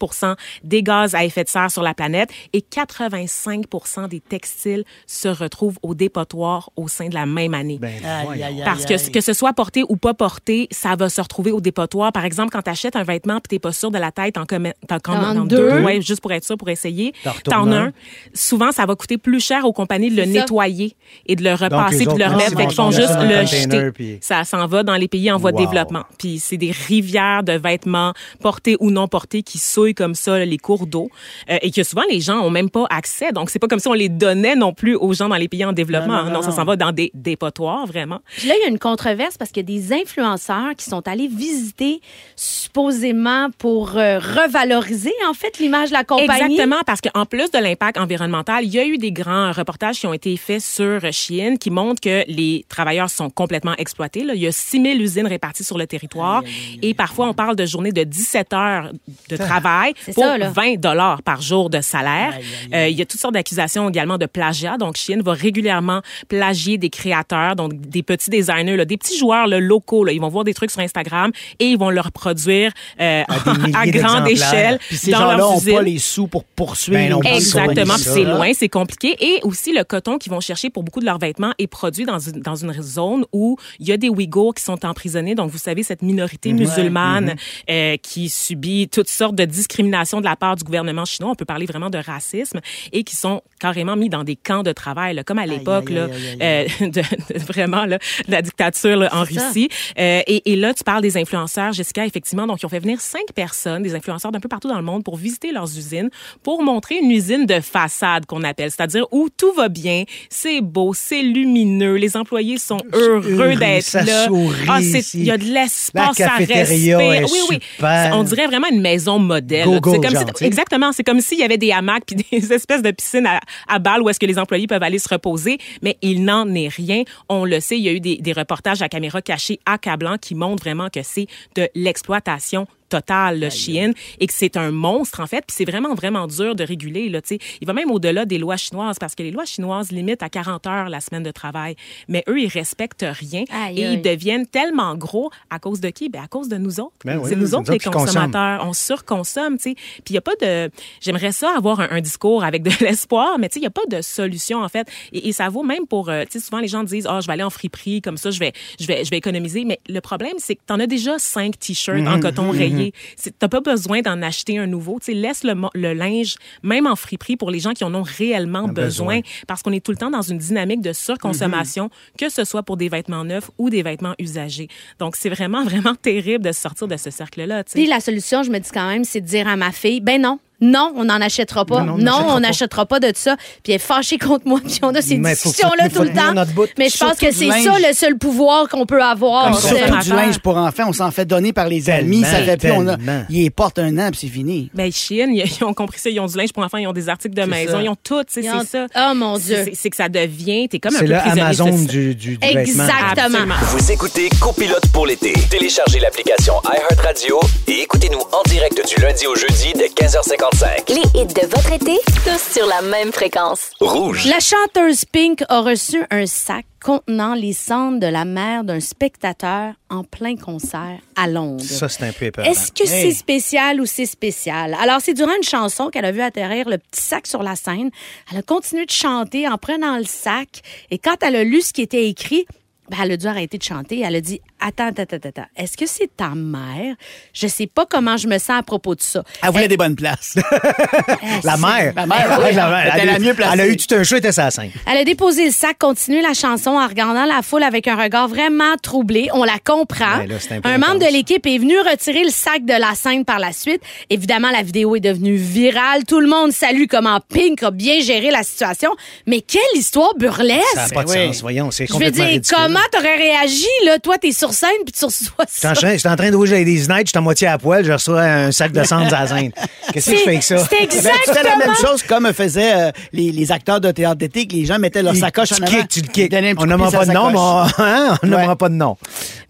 H: des gaz à effet de serre sur la planète et 85 des textiles se retrouvent au dépotoir au sein de la même année.
C: Ben,
D: Aïe,
C: voyons.
D: aïe, aïe,
H: Parce que
D: aïe.
H: que ce soit porté ou pas porté, ça va se retrouver au dépotoir. Par exemple, quand tu achètes un vêtement puis t'es pas sûr de la taille, t'en commen- t'en commandes
B: T'en
H: en deux,
B: deux.
H: ouais, juste pour être sûr, pour essayer.
C: T'en retournes
H: T'en as
C: un.
H: un. Souvent, ça va coûter plus cher aux compagnies de le
B: C'est ça.
H: nettoyer et de le
C: eux
H: repasser puis de le
C: autres,
H: remettre.
C: ils
H: Fait qu'ils font
C: vont
H: juste
C: dans un
H: le
C: container,
H: jeter.
C: puis-
H: Ça s'en va dans les pays en voie de
C: Wow.
H: développement. Puis c'est des rivières de vêtements portés ou non portés qui souillent comme ça là, les cours d'eau euh, et que souvent les gens ont même pas accès. Donc c'est pas comme si on les donnait non plus aux gens dans les pays en développement.
D: Non,
H: Non,
D: non, non,
H: ça
D: non.
H: s'en va dans des dépotoirs vraiment.
B: Puis là, il y a une controverse parce qu'il y a des influenceurs qui sont allés visiter supposément pour euh, revaloriser en fait l'image de la compagnie.
H: Exactement, parce qu'en plus de l'impact environnemental, il y a eu des grands reportages qui ont été faits sur euh, Chine qui montrent que les travailleurs sont complètement exploités. là. Il y a 6 000 usines réparties sur le territoire et parfois on parle de journées de 17 heures de travail
B: C'est
H: pour
B: ça, là.
H: 20 dollars par jour de salaire. Euh, il y a toutes sortes d'accusations également de plagiat. Donc Chine va régulièrement plagier des créateurs, donc des petits designers, là, des petits joueurs là, locaux. là. Ils vont voir des trucs sur Instagram et ils vont le reproduire euh,
D: Ah,
C: À des milliers
H: à grande
C: d'exemplaires.
H: échelle
D: Puis ces
H: dans
D: gens-là
H: leurs
D: n'ont
H: usines.
D: pas les sous pour poursuivre.
C: Ben non,
D: ou
C: puis
D: poursuivre
H: Exactement, puis
D: ça.
H: c'est loin, c'est compliqué. Et aussi le coton qu'ils vont chercher pour beaucoup de leurs vêtements est produit dans une, dans une zone où il y a des Ouïghours qui sont emprisonnés. Donc, vous savez, cette minorité musulmane
D: mhm.
H: euh, qui subit toutes sortes de discriminations de la part du gouvernement chinois. On peut parler vraiment de racisme et qui sont carrément mis dans des camps de travail, là, comme à l'époque,
D: aïe,
H: là,
D: aïe,
H: euh, de- de- vraiment, là, de la dictature là, en Russie. Euh, et, et là, tu parles des influenceurs, Jessica, effectivement. Donc, ils ont fait venir cinq personnes, des influenceurs d'un peu partout dans le monde, pour visiter leurs usines, pour montrer une usine de façade qu'on appelle, c'est-à-dire où tout va bien, c'est beau, c'est lumineux, les employés sont heureux
C: heureux,
H: d'être
C: ça
H: là.
C: sourit,
H: Ah, c'est-
C: c'est-
H: il y a de l'espace,
C: La
H: ça
C: cafétéria
H: respire.
C: est
H: oui, oui.
C: super.
H: On dirait vraiment une maison modèle.
C: Go, go,
H: C'est comme si-
C: genre, tu sais.
H: exactement, c'est comme s'il y avait des hamacs puis des espèces de piscines à, à balles où est-ce que les employés peuvent aller se reposer, mais il n'en est rien. On le sait, il y a eu des, des reportages à caméra cachée accablants qui montrent vraiment que c'est de l'exploitation totale le Chine et que c'est un monstre en fait puis c'est vraiment vraiment dur de réguler là tu sais il va même au-delà des lois chinoises parce que les lois chinoises limitent à 40 heures la semaine de travail mais eux ils respectent rien
B: Aïe,
H: et
B: aïe.
H: ils deviennent tellement gros à cause de qui ben à cause de nous autres
C: Ben oui,
H: c'est nous
C: c'est
H: autres
C: nous
H: les
C: autres qui consomment.
H: consommateurs consommateurs, on surconsomme, tu sais. Puis il y a pas de j'aimerais ça avoir un, un discours avec de l'espoir, mais tu sais il y a pas de solution en fait et, et ça vaut même pour euh, tu sais souvent les gens disent "Ah, je vais aller en friperie comme ça je vais je vais je vais économiser", mais le problème c'est que tu en as déjà cinq t-shirts en coton rayé. C'est t'as pas besoin d'en acheter un nouveau, tu sais laisse le, mo- le linge même en friperie pour les gens qui en ont réellement besoin,
C: besoin.
H: parce qu'on est tout le temps dans une dynamique de
B: Mhm.
H: surconsommation que ce soit pour des vêtements neufs ou des vêtements usagés. Donc c'est vraiment vraiment terrible de sortir de ce cercle là, tu sais.
B: Puis la solution, je me dis quand même, c'est de dire à ma fille, ben non. Non, on n'en achètera pas. Non,
C: Non, non, on n'achètera
B: on
C: pas.
B: n'achètera pas de ça. Puis elle est fâchée contre moi. Puis on a ces
C: Mais faut-
B: discussions-là
C: faut-
B: tout
C: faut
B: le
C: tenir
B: temps.
C: notre bout.
B: Mais je pense
D: Surtout
B: que
D: du
B: c'est
D: linge.
B: ça le seul pouvoir qu'on peut avoir.
H: Comme
B: c'est-
H: ça.
D: Surtout du
H: consommateur.
D: linge pour enfants, on s'en fait donner par les amis,
C: Tellement,
D: ça fait plus, on a,
C: tellement.
D: ils les portent un an puis c'est fini.
H: Ben, Chine, ils ils ont compris ça. Ils ont du linge pour enfants, ils ont des articles de maison,
D: ça.
H: ils ont tout, tu sais,
B: Ils
H: c'est
B: ont-
H: ça.
B: Oh, mon Dieu.
H: C'est- C'est que ça devient, t'es comme un
C: C'est
H: peu
C: le
H: prisonnier de
C: Amazon
H: ce-
C: du, du, du vêtement.
B: Exactement.
H: Absolument.
A: Vous écoutez Copilote pour l'été. Téléchargez l'application iHeartRadio et écoutez-nous en direct du lundi au jeudi dès 15h55.
G: Les hits de votre été, tous sur la même fréquence.
A: Rouge.
B: La chanteuse Pink a reçu un sac contenant les cendres de la mère d'un spectateur en plein concert à Londres.
C: Ça, c'est un peu épeurant.
B: Est-ce que c'est spécial ou c'est spécial? Alors, c'est durant une chanson qu'elle a vu atterrir le petit sac sur la scène. Elle a continué de chanter en prenant le sac. Et quand elle a lu ce qui était écrit, ben, elle a dû arrêter de chanter. Elle a dit Attends, attends, attends, attends. Est-ce que c'est ta mère? Je sais pas comment je me sens à propos de ça.
D: Elle voulait des bonnes places.
C: La mère.
D: La mère, oui.
C: elle,
D: Était
C: a
D: la
C: eu-
D: mieux placée.
C: elle a eu tout un show, elle était sa scène.
B: Elle a déposé le sac, continué la chanson en regardant la foule avec un regard vraiment troublé. On la comprend.
C: Ben là, c'est un peu
B: un membre
C: intense.
B: de l'équipe est venu retirer le sac de la scène par la suite. Évidemment, la vidéo est devenue virale. Tout le monde salue comment Pink a bien géré la situation. Mais quelle histoire burlesque!
C: Ça n'a pas de
D: oui.
C: sens, voyons. C'est
B: Ben Je veux
C: complètement
B: dire,
C: ridicule.
B: comment t'aurais réagi, là? Toi, t'es sur scène, puis tu reçois
C: Je suis en
B: ça.
C: train- je suis en train de rougir des nights, je suis à moitié à poil, je reçois un sac de cendres à la scène. Qu'est-ce que je fais avec ça?
B: C'est
D: Ben, tu fais la
B: exactement
D: même chose comme faisaient euh, les, les acteurs de théâtre d'été, que les gens mettaient leur
C: Tu
D: sacoche en avant.
C: kicks, tu le
D: Ils donnaient un
C: kicks. On
D: petit coup de
C: nommera
D: pied sur
C: pas de
D: la
C: nom, mais
D: sacoche.
C: on hein, on nommera
D: Ouais.
C: pas de nom.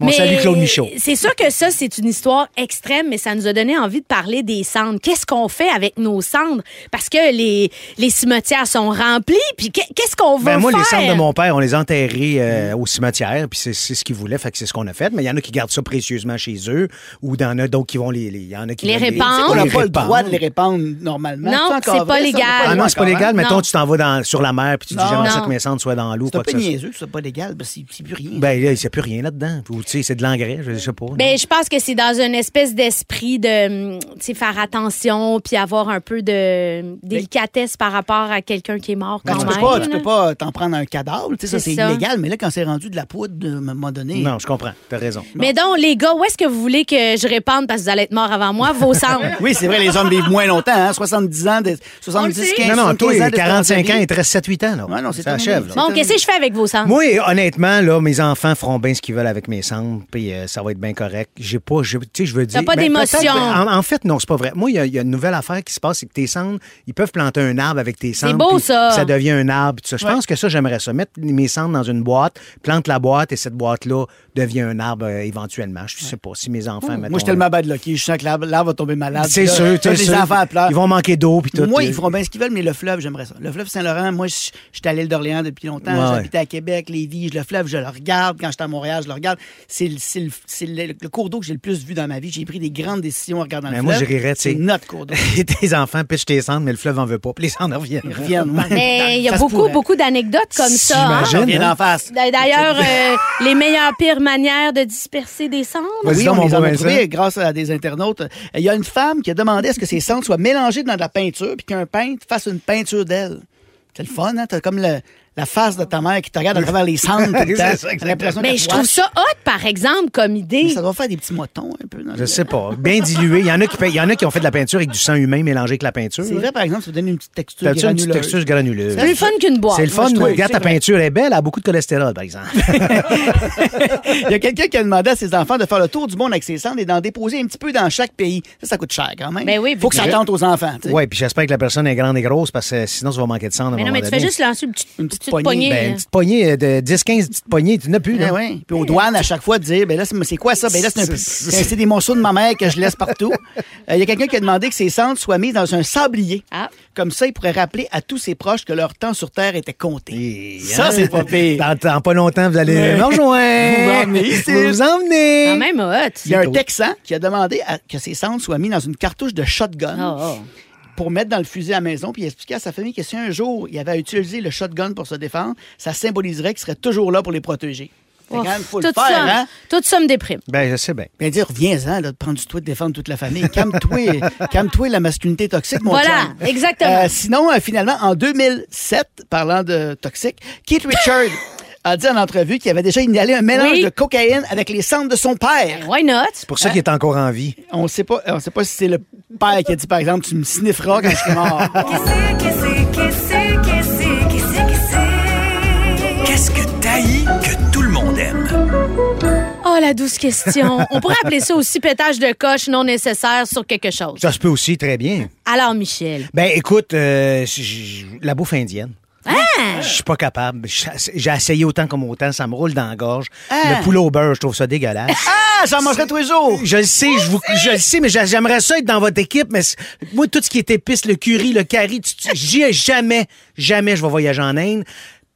C: Bon, salut Claude Michaud.
B: C'est sûr que ça, c'est une histoire extrême, mais ça nous a donné envie de parler des cendres. Qu'est-ce qu'on fait avec nos cendres? Parce que les, les cimetières sont remplis, puis qu'est- qu'est-ce qu'on va
C: Ben, moi,
B: faire?
C: les cendres de mon père, on les enterrait euh, au cimetière, puis c'est c'est ce qu'ils voulaient, fait que c'est ce qu'on a fait. Mais il y en a qui gardent ça précieusement chez eux, ou il y en a d'autres qui vont les. les- Il y en a qui
B: Les
C: vont
B: répandre.
D: On n'a
C: les
D: pas le
C: répandre.
D: droit de les répandre normalement.
B: Hein? Non,
D: encore
B: c'est pas
D: vrai, ça, on
B: légal.
D: n'a
C: Ah
D: le
C: non,
D: droit
C: c'est pas
D: encore, hein.
C: légal. Mettons,
B: Non.
C: tu t'en vas dans, sur la mer, puis tu dis
D: Non.
C: j'aimerais ça
B: Non.
C: que mes cendres soient dans l'eau.
D: C'est un
C: quoi
D: peu
C: que ce soit.
D: niaiseux que ce soit pas légal, parce que c'est c'est plus rien.
C: Ben là, il sait plus rien là-dedans. Ou tu sais, c'est de l'engrais, je sais pas. non?
B: Ben, je pense que c'est dans une espèce d'esprit de hum, tu sais, faire attention puis avoir un peu de hum, délicatesse par rapport à quelqu'un qui est mort
D: Ben,
B: quand
D: tu,
B: même.
D: peux pas, tu
B: là.
D: peux pas t'en prendre un cadavre, tu sais, ça
B: C'est
D: c'est
B: ça.
D: illégal, mais là quand c'est rendu de la poudre, euh, à un moment donné,
C: non, je comprends. T'as raison.
B: Mais donc, les gars, où est-ce que vous voulez que je répande parce que vous allez être morts avant moi, vos cendres?
D: Oui, c'est vrai, les hommes vivent moins longtemps, hein? 70 ans, de,
B: On le
D: 70,
B: sait.
D: 15
C: Non, non, toi,
D: 75 ans de
C: 45
D: vie.
C: ans, il te reste 7-8 ans. Là.
D: Ouais, non, c'est
C: ça
D: terminé.
C: achève. là.
B: Bon, qu'est-ce que je fais avec vos cendres?
C: Moi, honnêtement, là, mes enfants feront bien ce qu'ils veulent avec mes cendres, puis euh, ça va être bien correct. J'ai pas, je- tu sais, je veux dire.
B: pas
C: ben,
B: d'émotion.
C: peut-être- En, en fait, non, c'est pas vrai. Moi, il y, a- il y a une nouvelle affaire qui se passe, c'est que tes cendres, ils peuvent planter un arbre avec tes cendres.
B: beau,
C: puis-
B: ça.
C: puis Ça devient un arbre. puis tout ça. Je pense que ça, j'aimerais ça. Mettre mes cendres dans une boîte, plante la boîte, et cette boîte-là devient un arbre euh, éventuellement. Je sais pas si mes enfants. mettons,
D: Moi, je suis tellement bad lucky, je sens que l'arbre l'arbre va tomber malade.
C: C'est
D: Là,
C: sûr,
D: là,
C: c'est
D: les
C: sûr.
D: enfants à pleurs.
C: Ils vont manquer d'eau, puis tout.
D: Moi,
C: euh,
D: ils feront bien ce qu'ils veulent, mais le fleuve, j'aimerais ça. Le fleuve Saint-Laurent, moi, je- j'étais à l'île d'Orléans depuis longtemps.
C: Ouais, ouais.
D: J'habitais à Québec, Lévis, le fleuve, je le regarde. Quand j'étais à Montréal, je le regarde. C'est le, c'est le- c'est le- le cours d'eau que j'ai le plus vu dans ma vie. J'ai pris des grandes décisions en regardant
C: Mais
D: le
C: moi,
D: fleuve.
C: je rirais, tu sais.
D: C'est notre cours d'eau.
C: tes enfants pitchent tes cendres, mais le fleuve en veut pas. Puis les cendres reviennent.
D: Ils reviennent. ouais.
B: Mais Ben, il y a
D: Ça se
B: beaucoup,
D: pourrait.
B: beaucoup d'anecdotes comme ça. hein?
D: J'en reviens
C: hein?
D: d'en face.
B: D'ailleurs, euh, les meilleures pires manières de disperser des cendres.
C: Vas-y
D: Oui,
C: donc,
D: on
C: mon
D: les
C: beau
D: en a
C: Vincent.
D: trouvés grâce à des internautes. Euh, Il y a une femme qui a demandé à ce que ses cendres soient mélangées dans de la peinture, puis qu'un peintre fasse une peinture d'elle. C'est le fun, hein? T'as comme le- la face de ta mère qui te regarde à travers les cendres tout le temps.
C: C'est ça,
D: T'as l'impression
B: Mais
D: qu'elle
B: Ben, je
D: te
B: trouve
D: watch.
B: ça hot, par exemple, comme idée.
D: Ça doit faire des petits motons un peu. dans
C: Je
D: le-
C: sais pas. Bien dilué. Il y en a qui, pa- il y en a qui ont fait de la peinture avec du sang humain mélangé avec la peinture.
D: C'est vrai, par exemple, ça donne une petite texture.
C: T'as-tu une petite
D: granuleuse.
C: texture granuleuse?
B: C'est plus fun qu'une boîte.
C: C'est le fun.
D: je trouve,
C: Regarde,
D: c'est
C: ta
D: vrai.
C: peinture est belle, elle a beaucoup de cholestérol, par exemple.
D: Il y a quelqu'un qui a demandé à ses enfants de faire le tour du monde avec ses cendres et d'en déposer un petit peu dans chaque pays. Ça, ça coûte cher quand même.
B: Ben oui,
D: Faut que ça
B: puis-
D: tente aux enfants. tu sais.
C: Oui, puis j'espère que la personne est grande et grosse parce que sinon, tu vas manquer de sang.
B: Mais non, mais tu fais juste lancer une petite,
D: Une petite
B: petite
D: poignée.
B: poignée. euh.
C: Ben,
B: là.
C: une petite poignée de 10-15 petites poignées, tu n'as plus.
D: Ah
C: Là.
D: ouais. Puis aux douanes, à chaque fois, de dire, ben là, c'est c'est quoi ça? Ben là, c'est un peu- c'est c'est des morceaux de ma mère que je laisse partout. Euh, Il y a quelqu'un qui a demandé que ses cendres soient mises dans un sablier.
B: Ah.
D: Comme ça, il pourrait rappeler à tous ses proches que leur temps sur Terre était compté.
C: Et, hein,
D: Ça, c'est pas pire.
C: Dans, dans pas longtemps, vous allez me rejoindre.
D: Vous m'emmenez ici.
C: Vous vous emmenez.
B: Quand Ah, même hot.
D: Il y a un Texan qui a demandé à- que ses cendres soient mises dans une cartouche de shotgun
B: Oh, oh.
D: pour mettre dans le fusil à la maison, puis il expliquait à sa famille que si un jour il avait à utiliser le shotgun pour se défendre, ça symboliserait qu'il serait toujours là pour les protéger. C'est quand même, faut le
B: Tout
D: faire,
B: ça-
D: hein?
B: Tout ça me déprime.
C: Ben, je sais bien.
D: Ben dire, reviens-en, là, de prendre du toi de défendre toute la famille. Calme-toi, calme-toi la masculinité toxique, mon
B: Voilà,
D: chum.
B: exactement.
D: Euh, sinon, euh, finalement, en 2007, parlant de toxique, Keith Richard a dit en entrevue qu'il avait déjà inhalé un mélange
B: Oui.
D: de cocaïne avec les cendres de son père.
B: Why not?
C: C'est
D: Hein?
C: pour ça qu'il est encore en vie.
D: On sait pas, on sait pas si c'est le père qui a dit, par exemple, tu me snifferas quand je serai mort.
A: Qu'est-ce que t'haïs que tout le monde aime?
B: Oh, la douce question. On pourrait appeler ça aussi pétage de coche non nécessaire sur quelque chose.
C: Ça se peut aussi très bien.
B: Alors, Michel,
C: Ben, écoute, euh, j- j- la bouffe indienne.
D: Ah!
C: Je suis pas capable. J'ai j'ai essayé autant comme autant, ça me roule dans la gorge.
D: Ah.
C: Le poulet au beurre, je trouve ça dégueulasse.
D: Ah, j'en mangerai tous les jours!
C: Je le sais, je, vous, je le sais, mais j'a- j'aimerais ça être dans votre équipe, mais c'est- moi, tout ce qui est épices, le curry, le curry, tu- tu- j'y ai jamais, jamais je vais voyager en Inde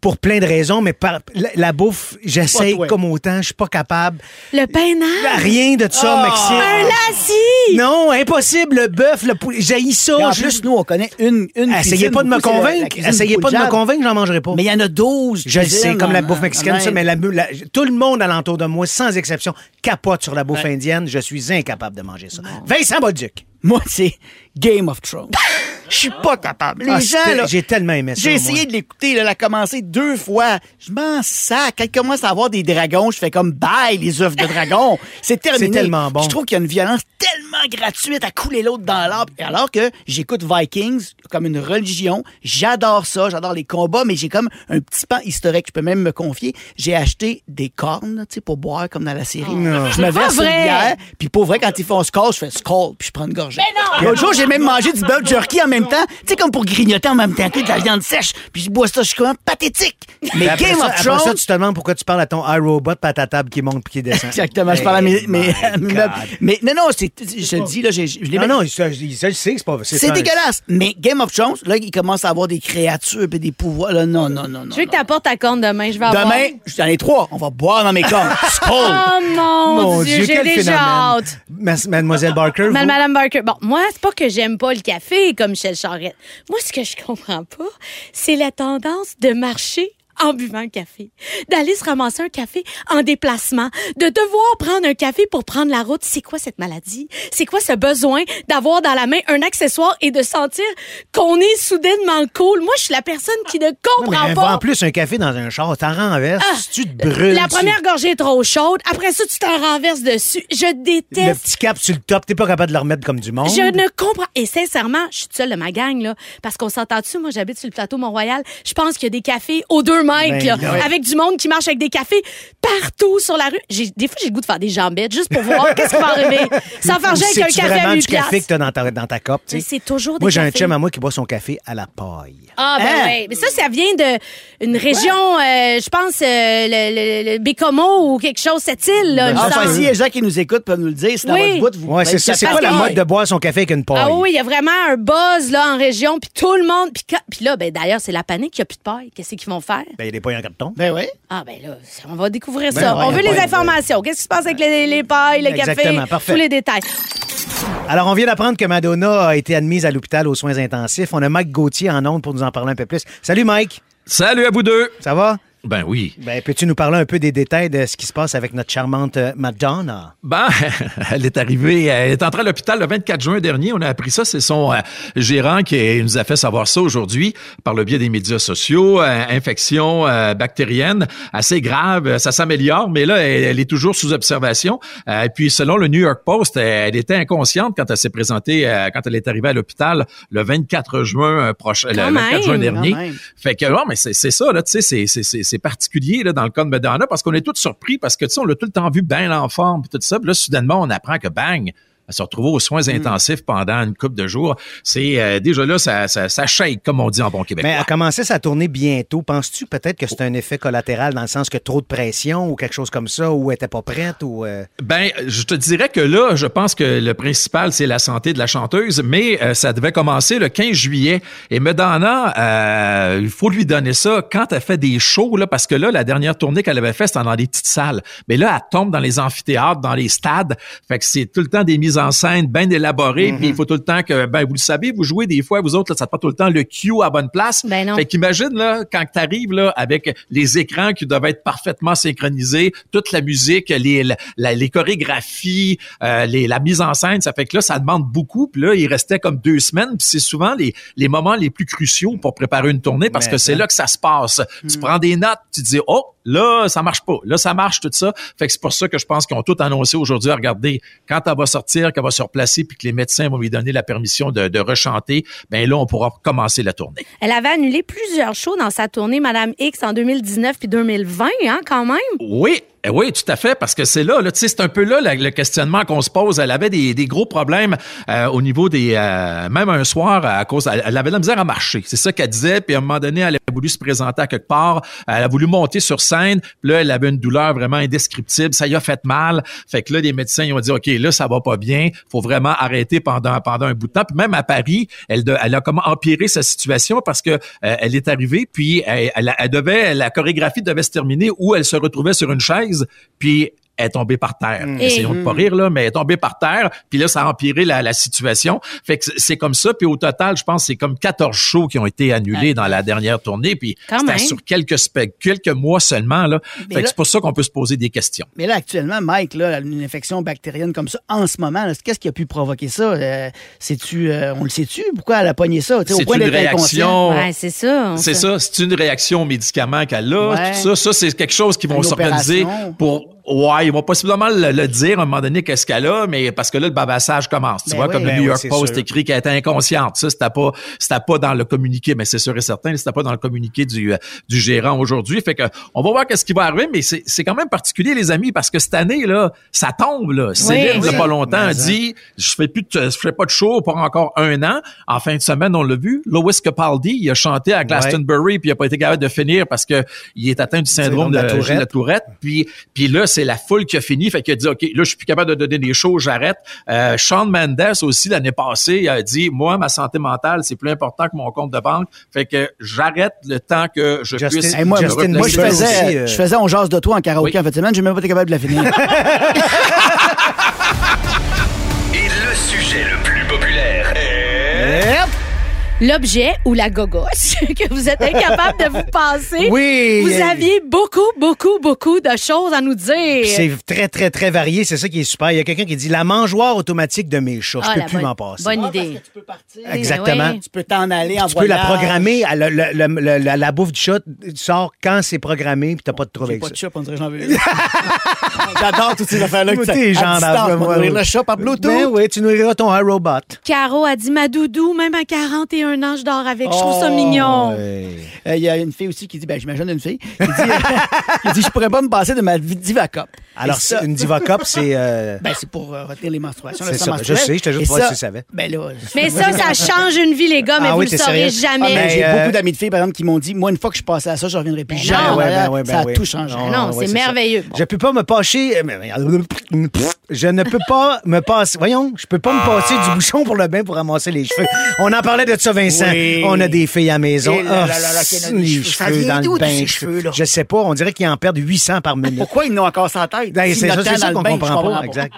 C: pour plein de raisons, mais par, la, la bouffe, j'essaye
D: toi.
C: comme autant, je suis pas capable. Euh,
B: le peinard,
C: Rien de ça,
D: Ah!
B: un
C: Maxime.
B: lacis.
C: Non, impossible, le bœuf, le poulet, j'haïs
D: Et en
C: ça.
D: plus,
C: Juste,
D: nous, on connaît une, une
C: Ah, essayez
D: cuisine.
C: pas de me
D: Beaucoup, c'est la- la
C: convaincre,
D: cuisine
C: essayez
D: du
C: pas de me
D: Punjab.
C: convaincre, j'en mangerai pas.
D: Mais il y en a 12.
C: Je le sais,
D: cuisines
C: comme la
D: en-
C: bouffe mexicaine,
D: en
C: ça,
D: Inde.
C: mais la- la- tout le monde alentour de moi, sans exception, capote sur la bouffe indienne. Je suis incapable de manger ça. Vincent Bolduc.
D: Moi, c'est Game of Thrones. Je suis pas capable. Les
C: Ah,
D: gens,
C: c'était-
D: là,
C: j'ai tellement aimé ça, moi.
D: J'ai essayé de l'écouter, là, la commencer deux fois. Je m'en sac. Quand il commence à avoir des dragons, je fais comme bye les œufs de dragon. C'est terminé.
C: C'est tellement bon.
D: Je trouve qu'il y a une violence tellement gratuite à couler l'autre dans l'arbre. Et Alors que j'écoute Vikings comme une religion. J'adore ça. J'adore les combats, mais j'ai comme un petit pan historique. Je peux même me confier. J'ai acheté des cornes, tu sais, pour boire comme dans la série.
C: Ah.
D: Je
B: C'est
D: me
B: pas
D: verse une
B: vrai.
D: bière. Puis pour vrai, quand ils font score, je fais score, puis je prends une gorgée. L'autre jour, j'ai même mangé du bœuf jerky en même même temps. Tu sais, comme pour grignoter en même temps que de la viande sèche. Puis je bois ça, je suis comme pathétique. Mais
C: Puis après
D: Game
C: ça,
D: of
C: après
D: Thrones.
C: ça, tu te demandes pourquoi tu parles à ton iRobot, pas à ta table qui monte puis qui descend.
D: Exactement, je parle à mes,
C: Hey,
D: mes-
C: my
D: mes
C: God.
D: meubles. Mais non, non, c'est, je le dis, là, j'ai- je l'ai
C: Non,
D: même-
C: non, il se, il se le sait que c'est pas
D: C'est
C: un-
D: dégueulasse. Mais Game of Thrones, là, il commence à avoir des créatures et des pouvoirs. Là, non, non, non, non.
B: Je veux que
D: non.
B: t'apportes ta corne demain. Je vais avoir...
D: Demain, j'en ai trois. On va boire dans mes cornes. Skull.
B: Oh mon,
C: Mon Dieu,
B: j'ai
C: quel
B: déjà
C: phénomène.
B: hâte.
C: Mas- Mademoiselle Barker, vous-
B: Mal- Madame Barker. Bon, moi, c'est pas que j'aime pas le café comme Michel Charette. Moi, ce que je comprends pas, c'est la tendance de marcher en buvant un café, d'aller se ramasser un café en déplacement, de devoir prendre un café pour prendre la route. C'est quoi cette maladie? C'est quoi ce besoin d'avoir dans la main un accessoire et de sentir qu'on est soudainement cool? Moi, je suis la personne qui ne
C: Non, mais
B: comprend
C: un-
B: pas. Ah,
C: en plus, un café dans un char, t'en renverses, tu te brûles.
B: La
C: tu-
B: première gorgée est trop chaude. Après ça, tu t'en renverses dessus. Je
C: Le
B: déteste
C: petit cap sur le top, t'es pas capable de le remettre comme du monde.
B: Je ne comprends. Et sincèrement, je suis toute seule de ma gang, là. Parce qu'on s'entend dessus. Moi, j'habite sur le plateau Mont-Royal. Je pense qu'il y a des cafés aux deux mètres,
C: Ben,
B: là,
C: là, ouais.
B: Avec du monde qui marche avec des cafés partout sur la rue. J'ai- Des fois, j'ai le goût de faire des jambettes juste pour voir qu'est-ce qui va arriver. Sans faire
C: Ou
B: jeter avec
C: c'est-tu
B: un café à
C: vraiment
B: mille
C: du café que
B: piastres.
C: t'as dans ta, dans ta cope, tu
B: Mais
C: sais?
B: c'est toujours des
C: Moi, j'ai un
B: cafés.
C: chum à moi qui boit son café à la paille.
B: Ah, ben
D: Hein?
B: ouais. Mais ça, ça vient de une région, euh, je pense, euh, le, le- le Bécomo ou quelque chose, cette île,
C: Ben,
B: là. il me
D: Ah,
B: semble.
D: enfin, s'il y a des gens qui nous écoutent peuvent nous le dire, c'est dans
B: Oui.
D: votre bout, vous.
C: Ouais, c'est ça. C'est pas la
B: que-
C: mode de boire son café avec une paille.
B: Ah oui, il y a vraiment un buzz là en région, puis tout le monde, puis quand- puis là, ben d'ailleurs c'est la panique, il n'y a plus de paille. Qu'est-ce qu'ils vont faire
C: Ben, il y a des pailles en carton.
D: Ben oui.
B: Ah ben là, ça, on va découvrir
D: Ben
B: ça.
D: ouais,
B: on
D: y a
B: veut
D: pas
B: les
D: une-
B: informations. Qu'est-ce qui se passe avec les, les pailles, le
C: Exactement,
B: café,
C: parfait.
B: tous les détails.
C: Alors, on vient d'apprendre que Madonna a été admise à l'hôpital aux soins intensifs. On a Mike Gauthier en ondes pour nous en parler un peu plus. Salut, Mike.
H: Salut à vous deux!
C: Ça va?
H: Ben oui.
C: Ben, peux-tu nous parler un peu des détails de ce qui se passe avec notre charmante euh, Madonna?
H: Ben, elle est arrivée, elle est entrée à l'hôpital le 24 juin dernier. On a appris ça. C'est son euh, gérant qui nous a fait savoir ça aujourd'hui par le biais des médias sociaux. Euh, infection euh, bactérienne assez grave. Euh, Ça s'améliore, mais là, elle, elle est toujours sous observation. Euh, et puis, selon le New York Post, elle, elle était inconsciente quand elle s'est présentée, euh, quand elle est arrivée à l'hôpital le 24 juin euh, prochain, le
B: Quand
H: 24 juin
B: même,
H: dernier.
D: quand même.
H: Fait que non, mais c'est c'est ça, là, tu sais, c'est- c'est- c'est c'est particulier là, dans le cas de Madonna parce qu'on est tous surpris parce que tu sais, on l'a tout le temps vu bien en forme puis tout ça. Puis là, soudainement, on apprend que bang! Elle se retrouvée aux soins intensifs pendant une couple de jours. C'est euh, déjà là, ça, ça, ça shake, comme on dit en bon
C: Mais
H: québécois.
C: elle commençait sa tournée bientôt. Penses-tu peut-être que c'est un effet collatéral dans le sens que trop de pression ou quelque chose comme ça, ou elle était pas prête, ou... euh,
H: Ben, je te dirais que là, je pense que le principal, c'est la santé de la chanteuse, mais euh, ça devait commencer le 15 juillet. Et Madonna, euh, il faut lui donner ça quand elle fait des shows, là, parce que là, la dernière tournée qu'elle avait faite, c'était dans des petites salles. Mais là, elle tombe dans les amphithéâtres, dans les stades. Fait que c'est tout le temps des mises en scène bien élaborées. Puis il faut tout le temps que, ben, vous le savez, vous jouez des fois, vous autres, là, ça prend tout le temps le cue à bonne place.
B: Ben non.
H: Fait qu'imagine, là, quand t'arrives, là, avec les écrans qui doivent être parfaitement synchronisés, toute la musique, les, la- la- les chorégraphies, euh, les, la mise en scène, ça fait que là, ça demande beaucoup. Puis là, il restait comme deux semaines. Puis c'est souvent les, les moments les plus cruciaux pour préparer une tournée parce
C: Mais
H: que c'est
C: hein.
H: là que ça se passe. Tu prends des notes, tu dis, oh, là, ça marche pas. Là, ça marche, tout ça. Fait que c'est pour ça que je pense qu'ils ont tout annoncé aujourd'hui. Regardez, quand elle va sortir, qu'elle va se replacer, puis que les médecins vont lui donner la permission de, de rechanter, ben là, on pourra commencer la tournée.
B: Elle avait annulé plusieurs shows dans sa tournée Madame X en 2019 puis 2020, hein, quand même.
H: Oui, eh oui, tout à fait, parce que c'est là, là tu sais, c'est un peu là la- le questionnement qu'on se pose. Elle avait des, des gros problèmes euh, au niveau des, euh, même un soir à cause, elle, elle avait de la misère à marcher. C'est ça qu'elle disait. Puis à un moment donné, elle a voulu se présenter à quelque part. Elle a voulu monter sur scène. Puis là, elle avait une douleur vraiment indescriptible. Ça y a fait mal. Fait que là, les médecins ils ont dit, ok, là, ça va pas bien. Faut vraiment arrêter pendant pendant un bout de temps. Puis même à Paris, elle, de- elle a comme empiré sa situation parce que euh, elle est arrivée. Puis elle, elle- elle devait, la chorégraphie devait se terminer où elle se retrouvait sur une chaise. Puis elle est tombée par terre. Essayons de pas rire, là, mais elle est tombée par terre, puis là, ça a empiré la, la situation. Fait que c'est- c'est comme ça, puis au total, je pense, que c'est comme 14 shows qui ont été annulés dans la dernière tournée, puis
B: Quand
H: c'était
B: même.
H: sur quelques, spe- quelques mois seulement, là.
D: Mais
H: Fait
D: là-
H: que c'est pour ça qu'on peut se poser des questions.
D: Mais là, actuellement, Mike, là, une infection bactérienne comme ça, en ce moment, là, qu'est-ce qui a pu provoquer ça? Euh, sais-tu, euh, on le sait-tu? Pourquoi elle a pogné ça? Tu sais, Au
H: C'est
D: point
H: une
D: d'être inconscient.
H: réaction...
B: Ouais, c'est ça. on
H: C'est
B: sait.
H: ça, c'est une réaction aux médicaments qu'elle a,
D: Ouais.
H: tout ça. Ça, c'est quelque chose qu'ils vont
D: Une
H: s'organiser
D: opération.
H: pour
I: Ouais, ils vont possiblement le, le dire à un moment donné qu'est-ce qu'elle a, mais parce que là, le babassage commence. Tu
D: Ben
I: vois,
D: oui.
I: comme
C: Ben
I: le New
C: oui,
I: York
C: c'est
I: Post
C: sûr.
I: écrit qu'elle était inconsciente. Ça, c'était pas, c'était pas dans le communiqué, mais c'est sûr et certain, c'était pas dans le communiqué du, euh, du gérant aujourd'hui. Fait que, on va voir qu'est-ce qui va arriver, mais c'est, c'est quand même particulier, les amis, parce que cette année, là, ça tombe, là. Céline, il y a
B: oui.
I: pas longtemps, a
C: Mais
I: dit, je fais plus de, je fais pas de show pour encore un an. En fin de semaine, on l'a vu, Lois Capaldi, il a chanté à Glastonbury, puis il a pas été capable de finir parce que il est atteint du syndrome
C: Syndrome
I: de la
C: de la
I: Tourette.
C: Tourette.
I: Puis, puis là, c'est la foule qui a fini. Fait qu'il a dit, OK, là, je suis plus capable de donner des shows, j'arrête. Euh, Sean Mendes aussi, l'année passée, il a dit, moi, ma santé mentale, c'est plus important que mon compte de banque. Fait que j'arrête le temps que je
C: Justin-
I: puisse...
D: Eh, moi,
I: me
C: Justin
D: moi,
I: replacer.
D: je
C: Bieber
D: faisais,
C: aussi, euh,
D: je faisais On jase de toi en karaoké
I: Oui.
D: en fin de semaine, j'ai même pas été capable de la finir.
A: Et le sujet le plus populaire est...
B: L'objet ou la gogosse que vous êtes incapable de vous passer.
C: Oui.
B: Vous
C: euh,
B: aviez beaucoup, beaucoup, beaucoup de choses à nous dire.
C: puis C'est très, très, très varié. C'est ça qui est super. Il y a quelqu'un qui dit la mangeoire automatique de mes chats.
B: Ah,
C: je
B: la
C: peux plus
B: bonne-
C: m'en passer.
B: Bonne idée.
D: tu peux partir.
C: Exactement.
B: Ouais.
D: Tu peux t'en aller en
C: Tu peux la programmer. à le- le- le- le- la, la bouffe du chat sort quand c'est programmé, puis t'as pas de trouble
D: J'ai
C: avec
D: pas
C: ça.
D: de chat, on dirait j'en veux. J'adore toutes ces affaires-là. que
C: Moi,
D: ça-
C: t'es
D: à
C: genre
D: distance,
C: dans-
D: on va nourrir le chat par Bluetooth.
C: Ben oui, tu nourriras ton iRobot.
B: Caro a dit ma doudou, même à 41 ans, je dors avec. Je trouve ça
D: Oh,
B: mignon.
D: Euh, Il y a une fille aussi qui dit, ben j'imagine une fille, qui dit, qui dit, je pourrais pas me passer de ma divacop.
C: Alors, c'est une divacop, c'est. euh,
D: Ben, c'est pour euh, retenir les menstruations.
C: C'est
D: le sang
C: ça,
D: menstruel.
C: je sais, j'étais juste
D: Et
C: pour voir
D: ça,
C: si tu savais.
D: Ben là,
B: Mais ça, ça change une vie, les gars, mais
C: Ah
B: vous
C: oui,
B: le
C: t'es
B: saurez
C: sérieuse?
B: jamais.
C: Ah, mais
D: ben, j'ai
C: euh,
D: beaucoup d'amis de filles, par exemple, qui m'ont dit, moi, une fois que je passais à ça, je reviendrai plus
B: Ben
D: jamais.
B: non.
D: en
C: Ouais, ben
D: arrière.
C: ouais, ben
D: ça a
C: ouais.
D: tout changé.
C: Ah,
B: non, c'est
C: ouais, ça.
B: merveilleux. Bon.
C: Je peux pas me pencher. Je ne peux pas me passer. Voyons, je peux pas me passer
D: Ah.
C: du bouchon pour le bain pour ramasser les cheveux. On en parlait de ça, Vincent.
D: Oui.
C: On a des filles à la maison.
D: Et là, là, là, là,
C: Ah,
D: qu'il y en a des
C: les
D: cheveux. Ça
C: cheveux
D: vient
C: dans
D: d'où,
C: le
D: tous
C: bain.
D: ces
C: je-
D: cheveux-là?
C: Je sais pas. On dirait qu'ils en perdent 800 par minute.
D: Pourquoi ils n'ont encore sans tête?
C: Ben,
D: S'ils
C: c'est ça,
D: l'obtiennent
C: c'est
D: dans
C: ça
D: le
C: qu'on
D: bain, je
C: comprend pas.
D: comprends
C: Exact.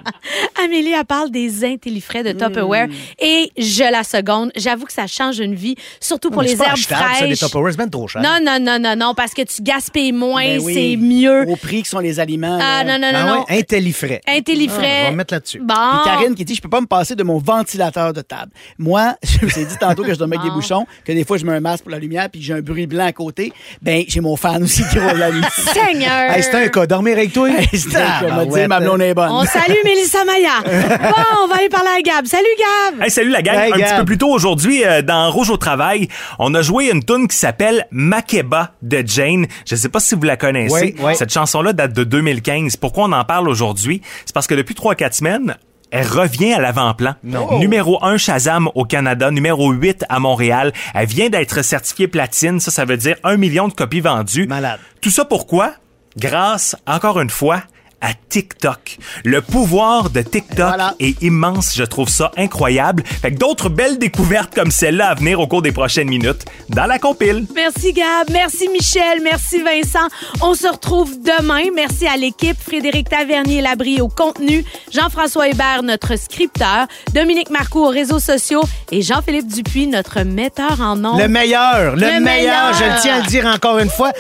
B: Amélie, elle parle des intelifrais de Tupperware et je la seconde. J'avoue que ça change une vie, surtout pour
C: Mais
B: les
C: c'est pas
B: herbes
C: achetable, ça, des
B: fraîches.
C: Tupperware, hein? c'est bien trop cher.
B: Non, non, non, non, non, parce que tu gaspilles moins,
D: Ben oui.
B: c'est mieux.
D: Au prix que sont les aliments.
B: Ah non,
D: là.
B: non, non,
C: Oh, Ah
B: non.
C: ouais, Intellifrais.
B: Intellifrais.
C: Ah, on va me mettre là-dessus.
B: Bon.
D: Puis Karine qui dit Je peux pas me passer de mon ventilateur de table. Moi, je vous ai dit tantôt que je dois mettre des
B: Bon.
D: bouchons, que des fois je mets un masque pour la lumière, puis que j'ai un bruit blanc à côté. Ben, j'ai mon fan aussi qui roule la nuit.
B: Seigneur.
C: Hey, c'est un cas. Dormir avec toi.
D: Hey, c'est
C: Ah,
D: ça, elle m'a dit,
C: Tabarouette.
D: ma blonde est bonne.
B: On salue Mélissa Maya. Bon, on va aller parler à Gab. Salut, Gab.
J: Hey, salut la gang.
C: Hey,
J: un
C: Gab.
J: petit peu plus tôt aujourd'hui, euh, dans Rouge au travail, on a joué une tune qui s'appelle Makeba de Jane. Je sais pas si vous la connaissez.
C: Oui, oui.
J: Cette chanson-là date de 2015. Pourquoi on en parle aujourd'hui? C'est parce que depuis 3-4 semaines, elle revient à l'avant-plan. Oh. Numéro 1 Shazam au Canada, numéro 8 à Montréal. Elle vient d'être certifiée platine, ça ça veut dire 1 million de copies vendues.
C: Malade.
J: Tout ça pourquoi? Grâce, encore une fois, à TikTok. Le pouvoir de TikTok
D: Voilà.
J: est immense. Je trouve ça incroyable. Fait que d'autres belles découvertes comme celle-là à venir au cours des prochaines minutes dans la compile.
B: Merci, Gab. Merci, Michel. Merci, Vincent. On se retrouve demain. Merci à l'équipe. Frédéric Tavernier Labrie au contenu. Jean-François Hébert, notre scripteur. Dominique Marcoux aux réseaux sociaux. Et Jean-Philippe Dupuis, notre metteur en ondes.
C: Le meilleur, le,
B: Le
C: meilleur,
B: meilleur.
C: je le tiens à le dire encore une fois.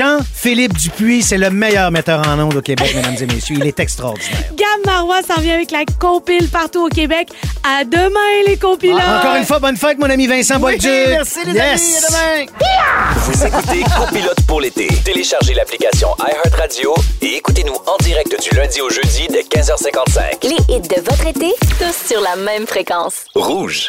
C: Jean-Philippe Dupuis, c'est le meilleur metteur en ondes au Québec, mesdames et messieurs. Il est extraordinaire.
B: Gab Marois s'en vient avec la compile partout au Québec. À demain, les compilateurs.
C: Ah, Encore une fois, bonne fête, mon ami Vincent
D: Oui,
C: Bolduc.
D: merci les
C: Yes.
D: amis, à demain!
A: Vous écoutez Copilote pour l'été. Téléchargez l'application iHeartRadio et écoutez-nous en direct du lundi au jeudi dès 15h55.
G: Les hits de votre été, tous sur la même fréquence.
A: Rouge.